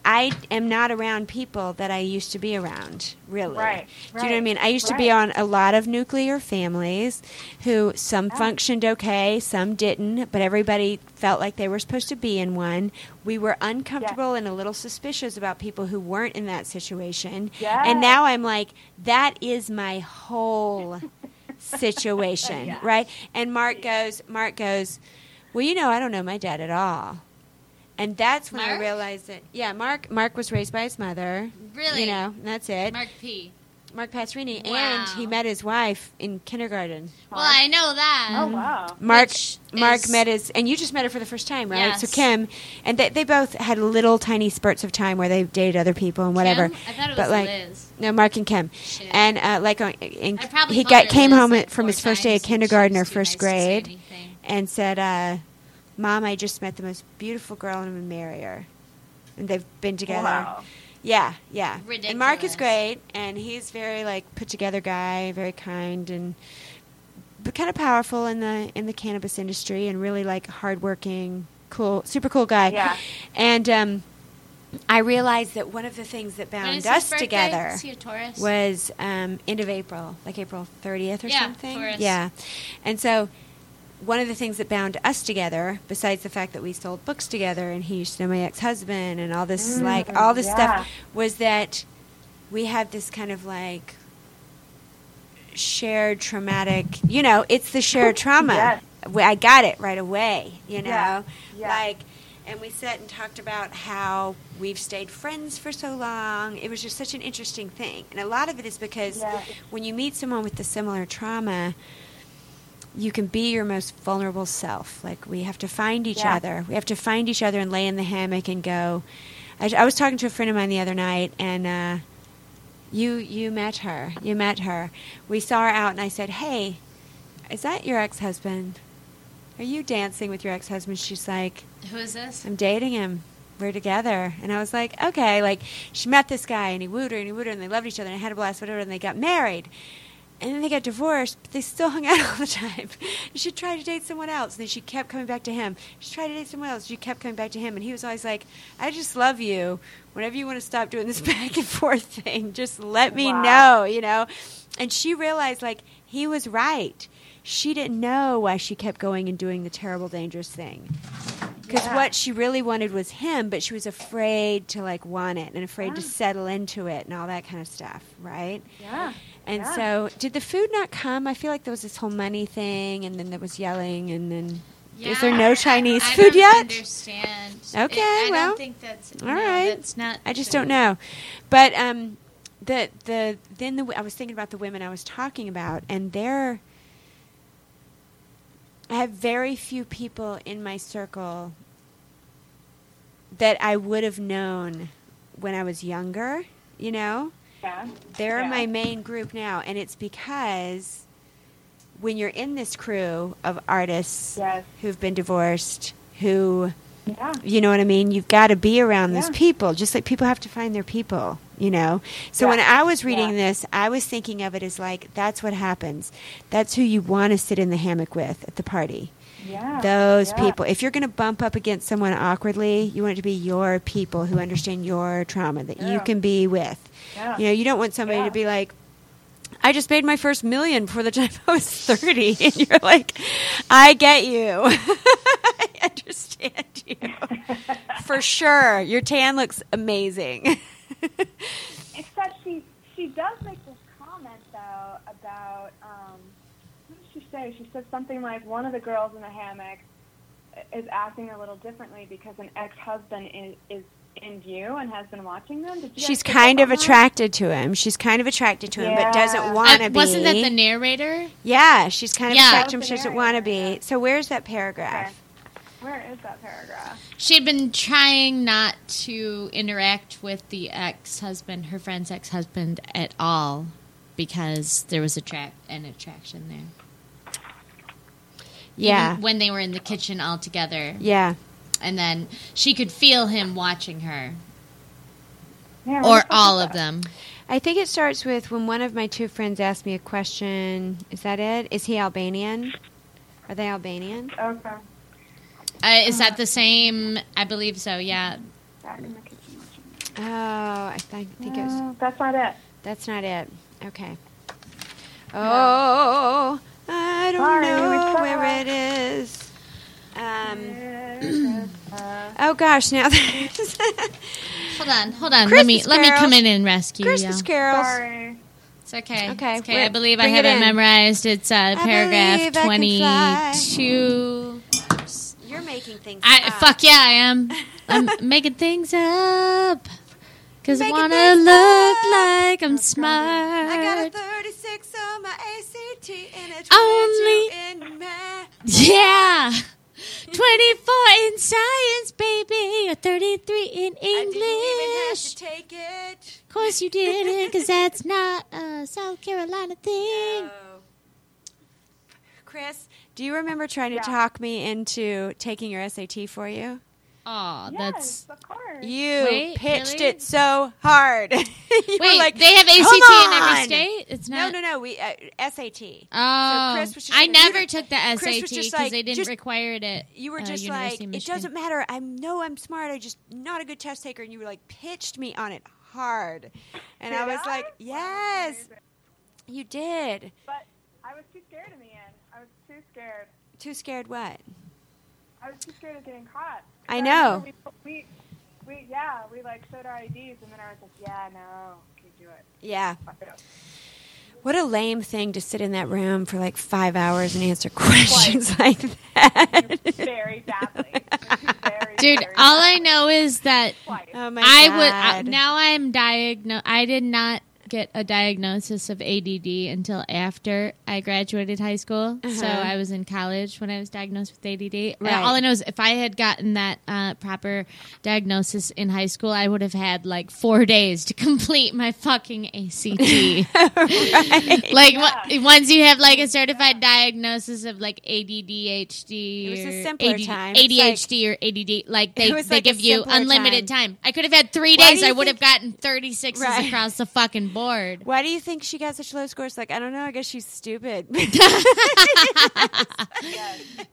I am not around people that I used to be around, really.
Right,
Do you know what I
right,
mean? I used to be
right.
on a lot of nuclear families who some functioned okay, some didn't, but everybody felt like they were supposed to be in one. We were uncomfortable and a little suspicious about people who weren't in that situation. And now I'm like, that is my whole situation, right? And Mark goes, Mark goes, well, you know, I don't know my dad at all. And that's when I
Mark?
realized that, yeah, Mark Mark was raised by his mother.
Really?
You know, and that's it. Mark,
Mark P.
Pastrini.
Wow.
And he met his wife in kindergarten.
Well, I know that.
Oh wow.
Mark
Which
Mark
is-
met his, and you just met her for the first time, right? So
Yes.
Kim, and they, they both had little tiny spurts of time where they dated other people and whatever.
Kim? I thought it was
But, like,
Liz.
No, Mark and Kim,
Shit.
and uh, like on, in,
I probably
he
called her
got came
Liz,
home
like,
at- from
four
his first day of
times, and she
kindergarten or
was too nice
first
to say
grade,
anything.
and said, uh, "Mom, I just met the most beautiful girl, and I'm gonna marry her." And they've been together.
Oh, Wow.
Yeah, yeah. And Mark is
Ridiculous.
great, and he's very like put together guy, very kind and but kind of powerful in the in the cannabis industry, and really like hardworking, cool, super cool guy.
Yeah.
And um, I realized that one of the things that
When is
bound
his
us
birthday?
together
Is he a Taurus?
was um, end of April, like April 30th or
Yeah,
something.
Taurus.
Yeah. And so one of the things that bound us together, besides the fact that we sold books together and he used to know my ex husband and all this, like, all this
Mm, yeah.
stuff, was that we have this kind of like shared traumatic, you know, it's the shared trauma.
Yes.
We- I got it right away, you know?
Yeah, yeah.
Like, and we sat and talked about how we've stayed friends for so long. It was just such an interesting thing. And a lot of it is because
Yeah.
when you meet someone with the similar trauma, you can be your most vulnerable self. Like we have to find each
Yeah.
other. We have to find each other and lay in the hammock and go. I, I was talking to a friend of mine the other night, and uh, you you met her. You met her. We saw her out, and I said, "Hey, is that your ex husband? Are you dancing with your ex husband?" She's like,
Who is this?
I'm dating him. We're together. And I was like, okay. Like, she met this guy and he wooed her and he wooed her and they loved each other and had a blast, whatever. And they got married. And then they got divorced, but they still hung out all the time. And she tried to date someone else. And then she kept coming back to him. She tried to date someone else. She kept coming back to him. And he was always like, I just love you. Whenever you want to stop doing this back and forth thing, just let me know, you know? And she realized, like, he was right. She didn't know why she kept going and doing the terrible, dangerous thing because what she really wanted was him but she was afraid to like want it and afraid to settle into it and all that kind of stuff right
Yeah.
and
Yeah.
so did the food not come i feel like there was this whole money thing and then there was yelling and then is there no chinese
I
food
don't
yet
Understand?
Okay,
I
well,
don't think that's.
all
no,
right.
That's not.
I just don't know. But um, the the then the I was thinking about the women I was talking about, and they're I have very few people in my circle that I would have known when I was younger. You know,
Yeah.
they're
Yeah.
my main group now, and it's because when you're in this crew of artists
Yes.
who've been divorced, who
Yeah.
you know what I mean? You've got to be around those
Yeah.
people, just like people have to find their people, you know? So
Yeah.
when I was reading
Yeah.
this, I was thinking of it as like, that's what happens. That's who you want to sit in the hammock with at the party.
Yeah.
Those
yeah.
people. If you're going to bump up against someone awkwardly, you want it to be your people who understand your trauma that you
Yeah.
can be with.
Yeah.
You know, you don't want somebody
Yeah.
to be like, I just made my first million before the time I was 30. And you're like, I get you. I understand you. For sure. Your tan looks amazing.
Except she she does make this comment though about um, what did she say? She said something like one of the girls in the hammock is acting a little differently because an ex-husband is, is in view and has been watching them. Did you guys
She's
pick
kind
up
of
on that?
attracted to him. She's kind of attracted to him, but doesn't
Yeah.
want to
Uh,
be.
wasn't that the narrator?
yeah, she's kind of
Yeah.
attracted to him.
That was
She
the
doesn't want to
narrator,
be. So where's that paragraph?
Okay. Where is that paragraph?
She had been trying not to interact with the ex-husband, her friend's ex-husband, at all, because there was a track an attraction there.
Yeah.
Even when they were in the kitchen all together,
yeah.
and then she could feel him watching her,
Yeah, where
or
the fuck is
all of
that?
them.
I think it starts with when one of my two friends asked me a question. Is that it? Is he Albanian? Are they Albanian?
Okay.
Uh, is that the same? I believe so. Yeah.
Back in the kitchen. watching.
Oh, I th- think it was.
No, that's not it.
That's not it. Okay. Oh, I don't
Sorry, we
know
tried.
where it is. Um. Oh gosh, now there's
Hold on, hold on. let
Christmas
me let me come
carols.
in and rescue
Christmas
you.
carols.
Sorry.
It's okay.
Okay,
It's okay.
we're-
I believe I
bring
have
it
it
in.
memorized. It's uh,
believe
paragraph
I can fly.
twenty-two.
You're making things.
I
up.
fuck yeah, I am. I'm making things up because I
Making
want to
things Oh,
look like I'm smart.
I got a 36 on my ACT and a 22
Only-
in math.
Yeah. 24 in science, baby. Or 33 in English.
take it.
Of course you didn't, because that's not a South Carolina
Oh.
thing.
Chris, do you remember trying to
Yeah.
talk me into taking your SAT for you?
Oh,
Yes,
that's.
of course.
You
Wait,
pitched
really?
it so hard. you were
Wait,
like,
they have ACT
"Come
in every
on!"
state? It's
No,
not.
no, no. We uh, SAT.
Oh,
So Chris was just
I
like,
never
you-
took the
Chris was
SAT
just
because
like,
they didn't
just-
require it. At,
You were
uh,
just
University
like,
of
it
Michigan."
doesn't matter. I know I'm smart. I just not a good test taker. And you were like pitched me on it hard, and I
Did
was
I?
like,
Wow, that's
yes,
amazing.
you did.
But I was too scared in the end. I was too scared.
Too scared. What?
I was too scared of getting caught.
I
So
know.
remember We, we, we, yeah, we like showed our IDs, and then I was like, yeah, no, can't do it.
Yeah.
Fuck it up.
What a lame thing to sit in that room for like five hours and answer questions like that.
Very badly. Very,
Dude,
very
all I know is that
Twice.
oh my
I
god.
would I, now I'm diagnosed. I did not get a diagnosis of ADD until after I graduated high school.
Uh-huh.
So I was in college when I was diagnosed with ADD.
Right.
Uh, All I know is if I had gotten that uh, proper diagnosis in high school, I would have had like four days to complete my fucking ACT.
Right.
like what- once you have like a certified diagnosis of like ADDHD,
It was a
or
simpler
AD
time.
ADHD or ADD, like they,
It was
they
like a
give you
simpler
unlimited time. I could have had three
Why
days.
do you
I would have
think-
gotten thirty sixes
Right.
across the fucking board.
Why do you think she got such low scores? Like, I don't know. I guess she's stupid. All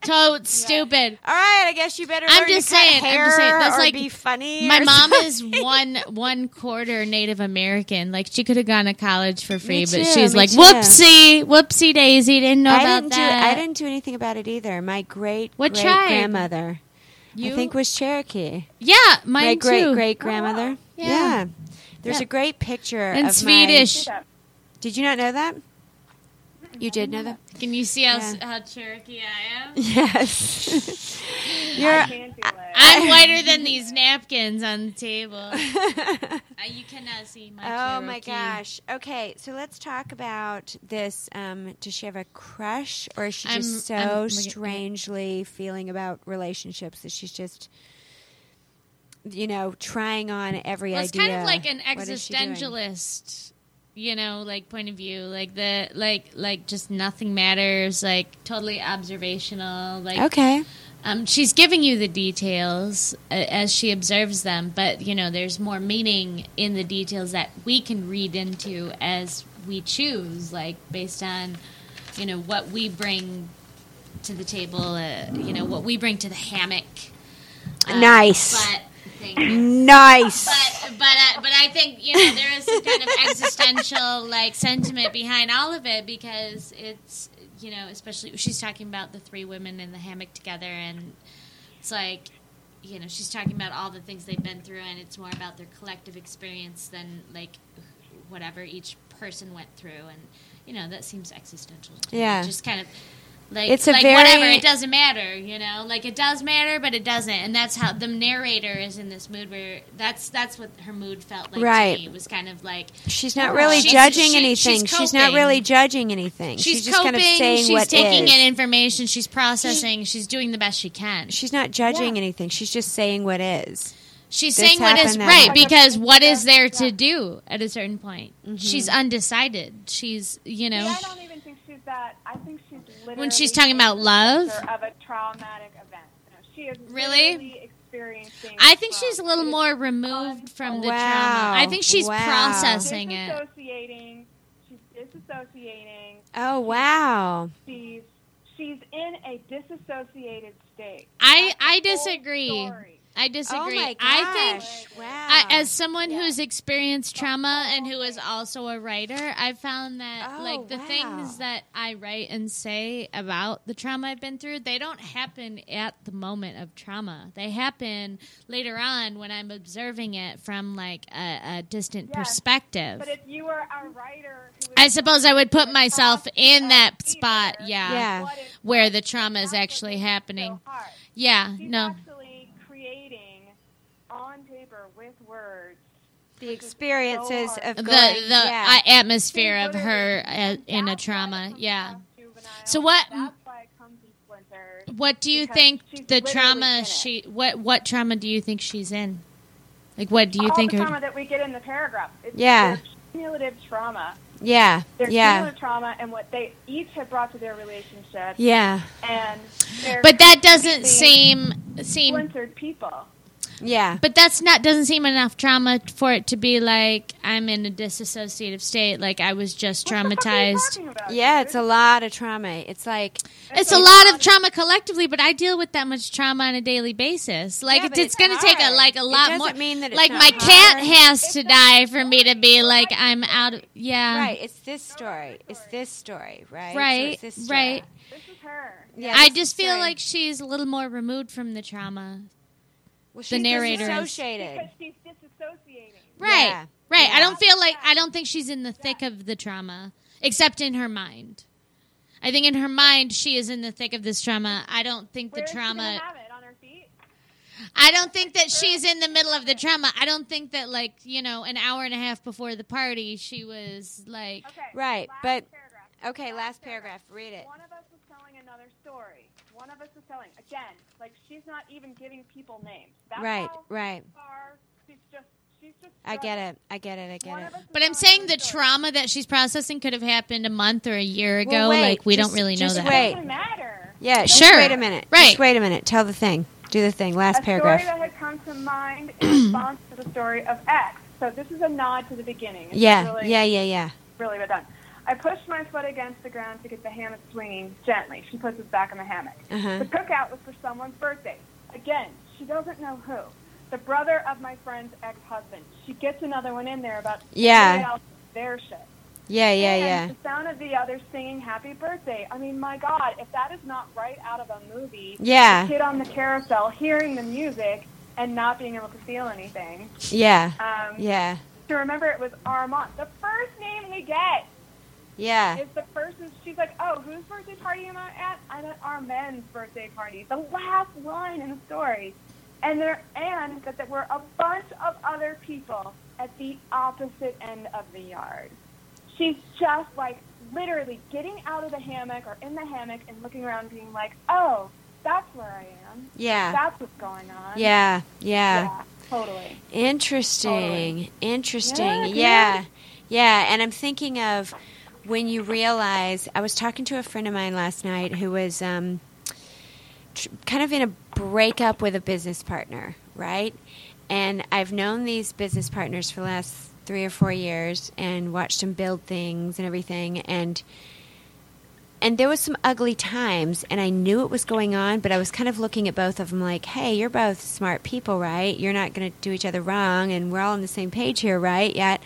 Totes stupid.
right. I guess you better.
I'm
learn
just
to cut
saying, I'm
Hair
just saying, that's
or
like-
be funny.
My
or
mom
something.
is one one quarter Native American. Like she could have gone to college for free,
Me
but
too,
she's
me
like,
too.
whoopsie, whoopsie daisy, didn't know
I
about
didn't
that.
do. I didn't do anything about it either. My great
What
great
tribe?
grandmother,
You,
I think, was Cherokee.
yeah, mine
my great
too. Oh,
great grandmother.
Yeah.
There's
Yeah.
a great picture
and
of
Swedish.
that.
My, did you not know that? You did know that.
Can you see how, s
Yeah.
how Cherokee I am?
Yes. You're.
I can't do it.
I'm whiter than these napkins on the table. Uh, you cannot see my.
Oh my
Cherokee.
gosh. Okay, so let's talk about this. Um, does she have a crush, or is she
I'm-
just so
I'm looking-
strangely feeling about relationships that she's just, you know, trying on every
Well, it's
idea?
kind of like an
What is she doing?
existentialist, you know, like point of view, like the like like just nothing matters, like totally observational. Like
Okay.
um, she's giving you the details uh, as she observes them, but you know, there's more meaning in the details that we can read into as we choose, like based on you know what we bring to the table, uh, you know what we bring to the hammock. Uh,
Nice.
But thank you.
Nice.
But but uh, but I think you know there is some kind of existential like sentiment behind all of it because it's you know especially she's talking about the three women in the hammock together and it's like you know she's talking about all the things they've been through and it's more about their collective experience than like whatever each person went through and you know that seems existential to me.
Yeah.
just kind of like
It's
it's
a
like whatever
very-
it doesn't matter you know like it does matter but it doesn't and that's how the narrator is in this mood where that's that's what her mood felt like
Right.
to me was kind of like
She's not really
She's-
judging
she-
anything. She's,
she's
not
coping.
really judging anything.
she's,
She's, just
coping
kind of saying
she's
what
taking
is.
in information she's processing she's doing the best she can
She's not judging anything. She's just saying what is.
She's
This
saying what is
happened, that
right
happened.
because what is there to do at a certain point?
Mm-hmm.
She's undecided. She's you
See,
know
I don't even think she's that. I think she's literally
when she's talking about
the
love,
center of a traumatic event. No, she is
Really?
literally experiencing.
I think
trauma.
she's a little
It is
more removed from the
Wow.
trauma. I think she's
Wow.
processing it.
disassociating. She's disassociating.
Oh wow.
She's she's in a disassociated state.
I
That's
I
the whole
disagree.
story.
I disagree.
Oh my gosh!
I think
wow.
I, as someone who's experienced trauma and who is also a writer, I've found that
Oh,
like the
wow.
things that I write and say about the trauma I've been through, they don't happen at the moment of trauma. They happen later on when I'm observing it from like a, a distant
Yes.
perspective.
But if you were a writer, who
I
is-
suppose I would put myself in that
Either,
spot, yeah,
Yeah.
what is
where the trauma is
actually
actually
so
happening.
hard.
Yeah,
She's
no.
actually creating on paper with words
the experiences of
the
going,
the
yeah.
uh, atmosphere of
Literally.
her uh,
And
in a
that's why it
trauma.
comes
Yeah.
across juvenile.
So what-
That's why it comes in splinters.
What do you
Because she's
think the
literally in
trauma
it.
she what what trauma do you think she's in? Like what do you
All
think
the
her
trauma that we get in the paragraph? It's,
Yeah.
there's Cumulative trauma.
yeah,
There's
yeah,
cumulative trauma and what they each have brought to their relationship,
yeah,
and they're
But that doesn't
completely
seem seem
splintered people.
yeah.
but that's not doesn't seem enough trauma for it to be like I'm in a disassociative state like I was just traumatized.
Yeah, it's a lot of trauma. It's like
It's a lot of trauma collectively, but I deal with that much trauma on a daily basis. Like
Yeah,
it's,
but
it's going to take a
hard.
like a lot
it doesn't
more.
mean that it's
Like
not
my
hard.
cat has to die for me to be like I'm out. Of, yeah,
Right, it's this story. It's this story, right? So
Right,
it's this
right.
This is her.
Yeah,
I
this
just
is
feel
story.
like she's a little more removed from the trauma.
well, she's
narrator is-
disassociated.
Because she's disassociating.
Right,
Yeah,
right. I
yeah.
don't feel like I don't think she's in the thick of the trauma, except in her mind. I think in her mind she is in the thick of this trauma. I don't think
Where
the
is she gonna
trauma.
have it? On her feet?
I don't think that she's in the middle of the trauma. I don't think that like, you know, an hour and a half before the party she was like
Okay.
Right,
last
but-
paragraph.
Okay, last paragraph. Read it.
One of us is telling another story. One of us is telling again. Like she's not even giving people names. That's
Right,
how
right.
far she's just. She's just.
I get it. I get it. I
One
get it.
of us is
But I'm
telling
saying the
another story.
trauma that she's processing could have happened a month or a year ago.
Well, wait,
like we
just-
don't really know
just
that.
wait.
It doesn't matter.
Yeah, just
Sure.
Wait a minute.
Right.
Just wait a minute. Tell the thing. Do the thing. Last
a
paragraph.
story that had come to mind in response to the story of X. So this is a nod to the beginning. It's
yeah,
really,
yeah, yeah, yeah.
Really well done. I pushed my foot against the ground to get the hammock swinging gently. She puts it back in the hammock.
Uh-huh.
The cookout was for someone's birthday. Again, she doesn't know who. The brother of my friend's ex-husband. She gets another one in there about
Yeah.
somebody else's- their shit.
Yeah, yeah,
And
yeah.
The sound of the others singing "Happy Birthday." I mean, my God, if that is not right out of a movie,
Yeah.
the kid on the carousel hearing the music and not being able to feel anything.
Yeah.
Um,
Yeah.
To remember, it was Armand. The first name we get
Yeah.
is the person. She's like, "Oh, whose birthday party am I at? I'm at Armand's birthday party." The last line in the story, and there and that there were a bunch of other people at the opposite end of the yard. She's just like literally getting out of the hammock or in the hammock and looking around, being like, "Oh, that's where I am.
Yeah.
That's what's going on."
Yeah. Yeah.
Yeah, totally.
Interesting.
Totally.
Interesting.
Yeah,
Yeah,
dude.
yeah. And I'm thinking of when you realize I was talking to a friend of mine last night who was um, tr- kind of in a breakup with a business partner, right? And I've known these business partners for the last three or four years and watched them build things and everything. And and there was some ugly times and i knew it was going on but i was kind of looking at both of them like hey you're both smart people right you're not going to do each other wrong and we're all on the same page here right yet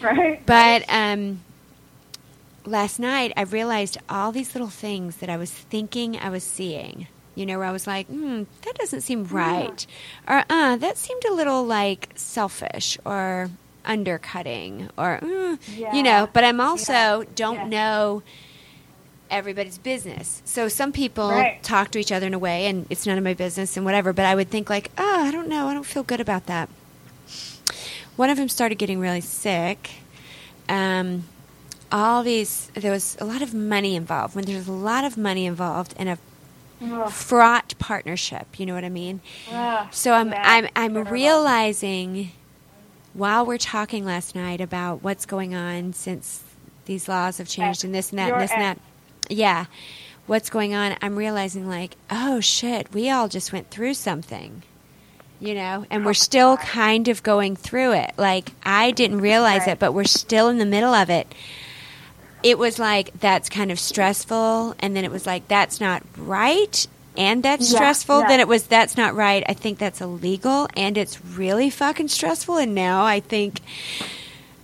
Right.
but um, last night, I realized all these little things that I was thinking I was seeing. You know, where I was like, hmm, that doesn't seem right. Or, uh, that seemed a little like selfish or undercutting or, mm, you
Yeah.
know, but I'm also
Yeah.
don't
Yeah.
know everybody's business. So some people
Right.
talk to each other in a way and it's none of my business and whatever, but I would think like, oh, I don't know. I don't feel good about that one of them started getting really sick. Um, all these, there was a lot of money involved. When there's a lot of money involved in a
Ugh.
fraught partnership, you know what I mean?
Ugh.
So I'm,
Yeah.
I'm, I'm
Terrible.
realizing while we're talking last night about what's going on since these laws have changed and this and that
Your
and this and
ex.
that. Yeah. What's going on? I'm realizing, like, oh shit, we all just went through something, you know, and
Oh
we're still kind of going through it. Like, I didn't realize
Right.
it, but we're still in the middle of it. It was like, that's kind of stressful. And then it was like, that's not right. and that's
Yeah,
stressful,
yeah.
then it was that's not right. I think that's illegal and it's really fucking stressful. And now I think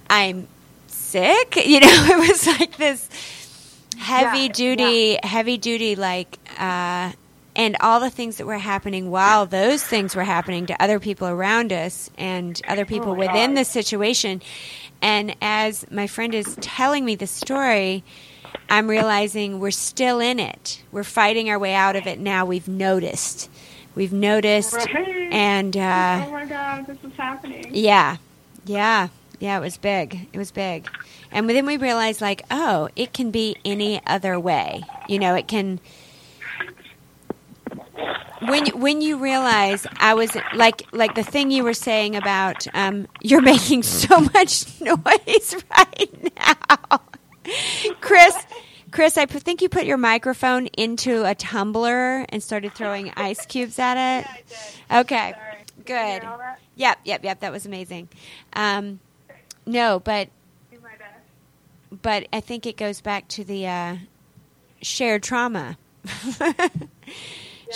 I'm sick. You know, it was like this heavy
Yeah,
duty, heavy duty, like, uh, and all the things that were happening while those things were happening to other people around us and other people
my
within
God.
the situation. And as my friend is telling me the story, I'm realizing we're still in it. We're fighting our way out of it now. We've noticed. We've noticed.
Right.
And uh,
oh my god, this is happening.
yeah, yeah, yeah, it was big. It was big. And then we realized, like, oh, it can be any other way. You know, it can. When when you realize I was like like the thing you were saying about um, you're making so much noise right now, Chris. Chris, I p- think you put your microphone into a tumbler and started throwing ice cubes at it. Okay,
Sorry. Did you hear
good.
all that?
Yep, yep, yep. That was amazing. Um, no, but
Do my best.
but I think it goes back to the uh, shared trauma.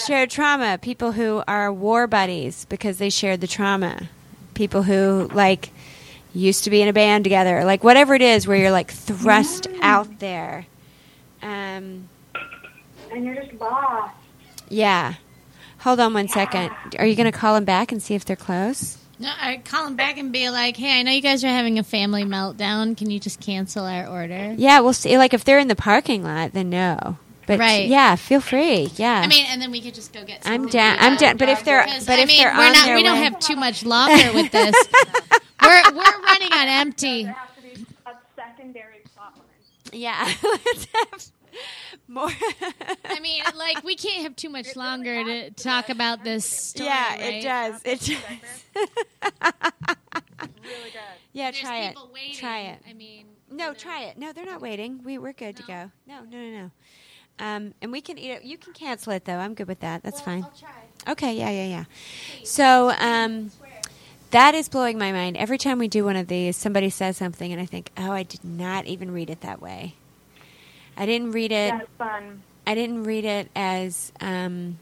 Shared trauma. People who are war buddies because they shared the trauma. People who like used to be in a band together. Like whatever it is, where you're like thrust out there. Um,
And you're just lost.
yeah. Hold on one second. Are you going to call them back and see if they're close?
No, I call him back and be like, "Hey, I know you guys are having a family meltdown. Can you just cancel our order?"
Yeah, we'll see. Like if they're in the parking lot, then no. But
Right.
yeah, feel free. Yeah.
I mean, and then we could just go get.
I'm
something
down-
to
I'm
eat.
down- but if they're-
Because,
but
I
if
mean,
they're
we're
on
not,
their
we don't
way-
have too much longer with this. we're we're running on empty.
There has to be a secondary plot line.
yeah. Let's have more.
I mean, like we can't have too much longer to talk about this. Story,
yeah, it
right?
does. It does.
Really good.
yeah,
There's
try it.
people waiting.
Try it.
I mean,
No, try it. No, they're not waiting. We we're good to go. No, no, no, no. Um, and we can eat it. You can cancel it though. I'm good with that. That's fine.
I'll try.
Okay, yeah, yeah, yeah. So um, that is blowing my mind. Every time we do one of these, somebody says something, and I think, oh, I did not even read it that way. I didn't read it.
That's fun.
I didn't read it as. Um,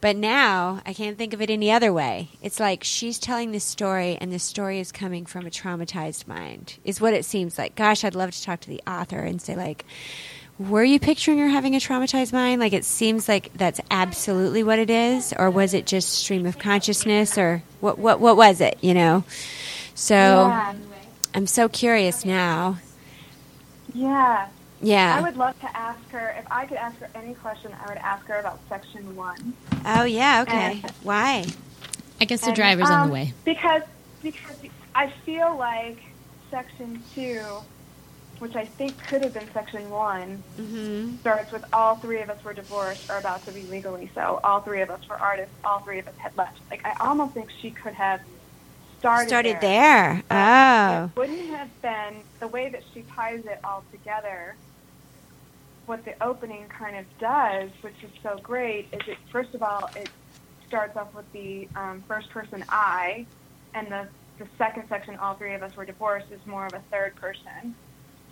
but now I can't think of it any other way. It's like she's telling this story, and this story is coming from a traumatized mind, is what it seems like. Gosh, I'd love to talk to the author and say, like, were you picturing her having a traumatized mind? Like, it seems like that's absolutely what it is, or was it just stream of consciousness, or what? What? What was it? You know. So
Yeah.
I'm so curious now.
Yeah.
Uh,
I
Yeah.
would love to ask her if I could ask her any question. I would ask her about section one.
Oh yeah. Okay.
And-
Why?
I guess the
And,
driver's on
um,
the way.
Because because I feel like section two, which I think could have been section one,
Mm-hmm.
starts with all three of us were divorced or about to be legally so. All three of us were artists. All three of us had left. Like I almost think she could have started
started
there.
there.
But
Oh,
It wouldn't have been the way that she ties it all together. What the opening kind of does, which is so great, is it first of all it starts off with the um, first person I, and the the second section, all three of us were divorced, is more of a third person.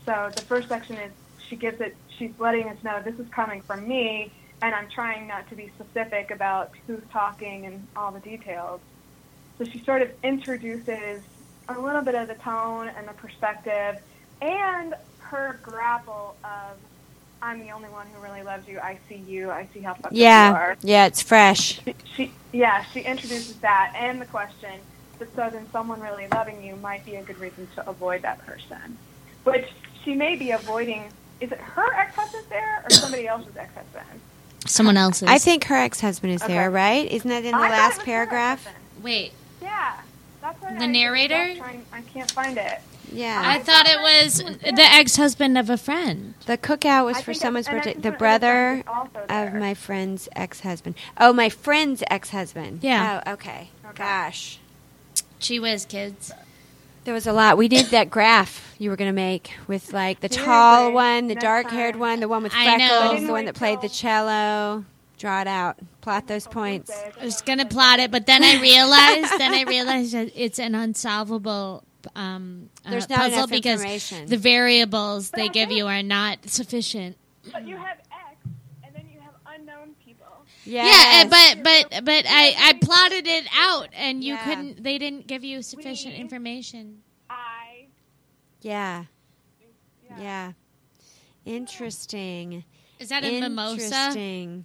So the first section is she gives it, she's letting us know this is coming from me, and I'm trying not to be specific about who's talking and all the details. So she sort of introduces a little bit of the tone and the perspective and her grapple of, I'm the only one who really loves you. I see you. I see how fucked up you
yeah,
are.
yeah. It's fresh.
She, she, yeah, she introduces that and the question that so then someone really loving you might be a good reason to avoid that person, which she may be avoiding. Is it her ex-husband there or somebody else's ex-husband?
Someone else's.
I think her ex-husband is there,
Okay.
right? Isn't that in the
I thought it was
last
her
paragraph?
ex-husband.
Wait,
Yeah, that's what
The
I- I
narrator?
kept Trying, I can't find it.
Yeah.
I thought it was the ex-husband of a friend.
the cookout was
I
for
think
someone's
an
birthday. The
ex-husband of a
brother
friend is also
of
there.
my friend's ex-husband. Oh, my friend's ex-husband.
Yeah.
Oh, okay.
Okay.
Gosh,
She was kids.
there was a lot. We did that graph you were going to make with like the tall
Seriously,
one, the
next
dark-haired
time.
one, the one with
I know. I
freckles,
didn't
the one
wait
that played the
till-
cello. Draw it out. Plot
Oh,
those points.
I was gonna plot it, but then I realized. then I realized that it's an unsolvable um, uh,
There's not
puzzle
enough
because
information.
the variables they give you are not sufficient.
But you have X, and then you have unknown known people.
Yes.
Yeah, eh, but but but I I plotted it out, and you
Yeah.
couldn't. They didn't give you sufficient
We-
information.
I
Yeah.
yeah.
Yeah. Interesting.
Is that a mimosa?
Interesting.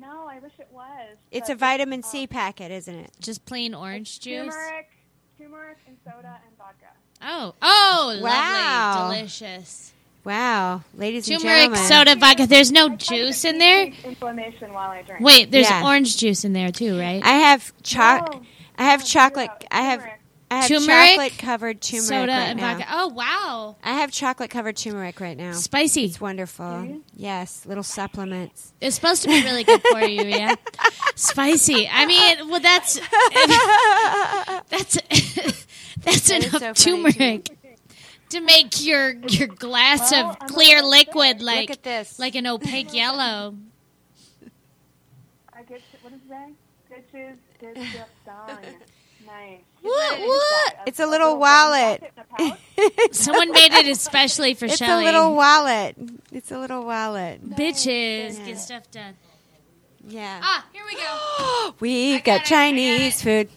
No, I wish it was.
It's
but
a vitamin
um,
C packet, isn't it?
Just plain orange juice.
Turmeric, turmeric and soda and vodka.
Oh oh,
Wow.
lovely, delicious.
Wow, ladies and
Turmeric
gentlemen.
soda vodka. There's no
I tried to
juice in there.
decrease Inflammation while I drink.
Wait, there's
Yeah.
orange juice in there too, right?
I have choc.
No,
I have
no,
chocolate.
zero.
I have
Turmeric.
I have
Turmeric,
chocolate covered turmeric
soda
right
and
now.
vodka. Oh wow,
I have chocolate covered turmeric right now.
spicy.
It's wonderful. Yes, little supplements.
It's supposed to be really good for you, yeah. Spicy. I mean, well, that's that's
That
that's
is
enough
so funny,
turmeric to make your your glass
Well,
of
I'm
clear
not sure.
liquid
Look
like
at this.
like an opaque yellow.
I get what is that? Ditches, ditch stuff done. Nice.
What,
Is
what?
that
It's a little wallet.
pocket in a pouch?
Someone made it especially for
it's
Shelley.
a little wallet. It's a little wallet.
bitches
Yeah.
get stuff done.
Yeah.
Ah, here we go.
We've
got
got,
it, I got
Chinese food.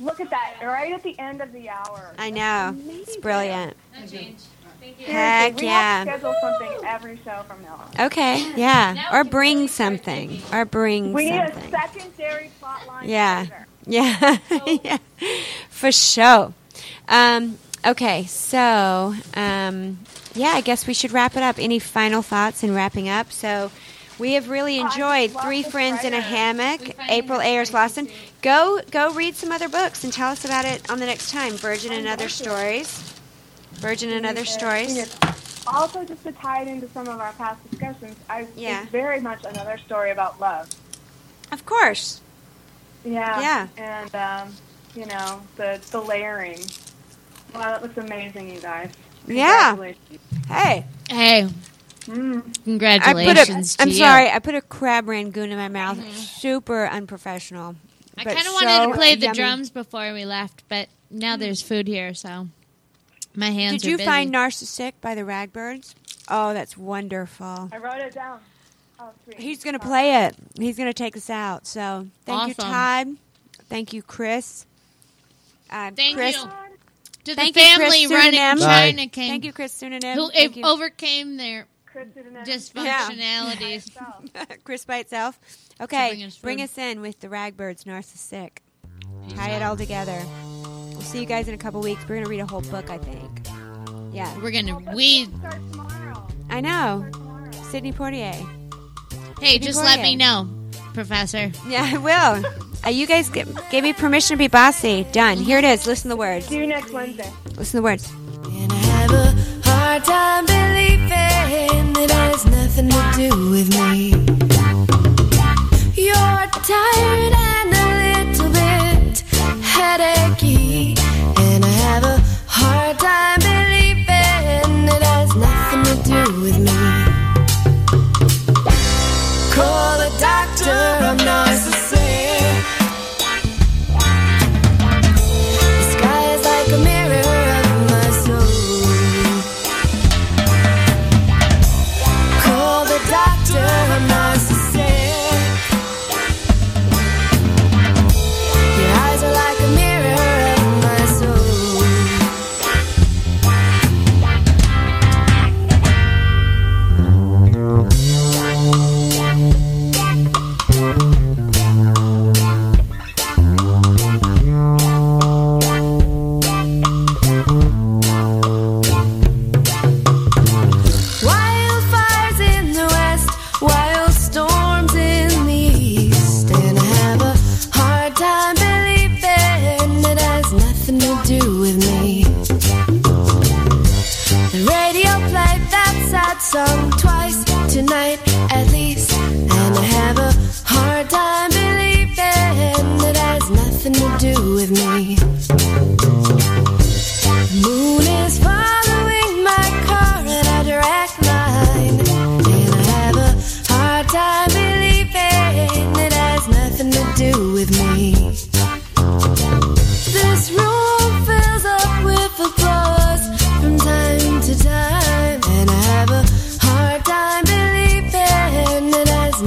Look at that! Right at the end of the hour.
Uh,
I know. It's brilliant.
No change. Thank you.
Heck
we
yeah.
have to schedule something every show from now on.
Okay. Yeah. Or bring something. Or bring
We need a
something.
secondary plot line.
Yeah.
further.
Yeah. yeah. For sure. Um, okay. So, um, yeah, I guess we should wrap it up. Any final thoughts in wrapping up? So, we have really
I
enjoyed
love
Three
this
Friends in a
writer.
Hammock,
We finally
April
have
Ayers
time to
Lawson.
do-
Go go read some other books and tell us about it on the next time. Virgin and Other Stories. Virgin and Other
Uh,
Stories.
yes. Also, just to tie it into some of our past discussions, I,
Yeah.
it's very much another story about love.
Of course.
Yeah. Yeah. And, um, you know, the, the layering. Wow, that was amazing, you guys.
Yeah.
Congratulations.
Hey.
Hey,
Mm.
I put a,
congratulations
I'm
to you. Mm-hmm.
sorry, I put a crab rangoon in my mouth. Super unprofessional.
I
but
kind of wanted
so
to play the
yummy. Mm.
drums before we left, but now there's food here, so my hands.
Did
are
you
busy.
find Narcissistic by the Ragbirds? Oh, that's wonderful.
I wrote it down. Oh, sweet.
He's going to play it. He's going to take us out. So thank you, Todd.
Awesome.
Thank you, Chris. Uh,
Thank
Chris,
you to the
Thank you, Chris
family
Surinam.
running
Bye.
China King,
Thank you, Chris Sunanim.
who
Thank you.
overcame their
Chris did an
dysfunctionalities.
Chris by itself.
To
Okay,
bring us food.
bring us in with the Ragbirds, Narcissistic. Tie it all together. We'll see you guys in a couple weeks. We're going to read a whole book, I think. Yeah.
We're gonna weed.
Start tomorrow.
I know.
Start tomorrow.
Sydney Portier.
Hey, just let
Victoria.
me know, Professor.
Yeah, I will. Uh, you guys g- gave me permission to be bossy. Done. Here it is. Listen to the words.
See you next Wednesday.
Listen to the words.
And I have a hard time believing that it has nothing to do with me. You're tired and a little bit headachy. And I have a hard time believing that it has nothing to do with me. Call the doctor, I'm narcissistic. The sky is like a mirror of my soul. Call the doctor, I'm narcissistic. Your eyes are like a mirror of my soul. Wildfires in the west, wild storms in the east. And I have a hard time believing it has nothing to do with me. The radio played that sad song twice tonight at least. And I have a hard time believing it has nothing to do with me. Moon is following my car in a direct line. And I have a hard time believing it has nothing to do with me. This room fills up with applause from time to time. And I have a hard time believing it has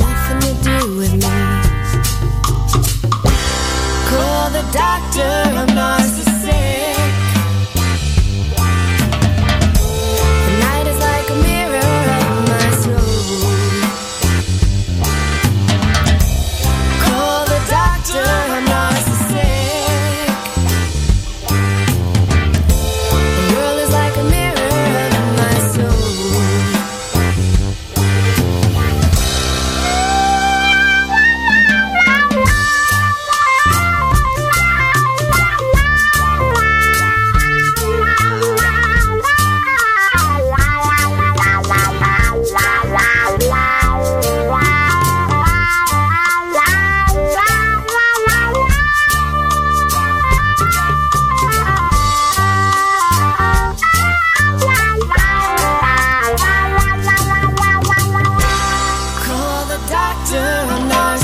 doctor, I'm narcissistic.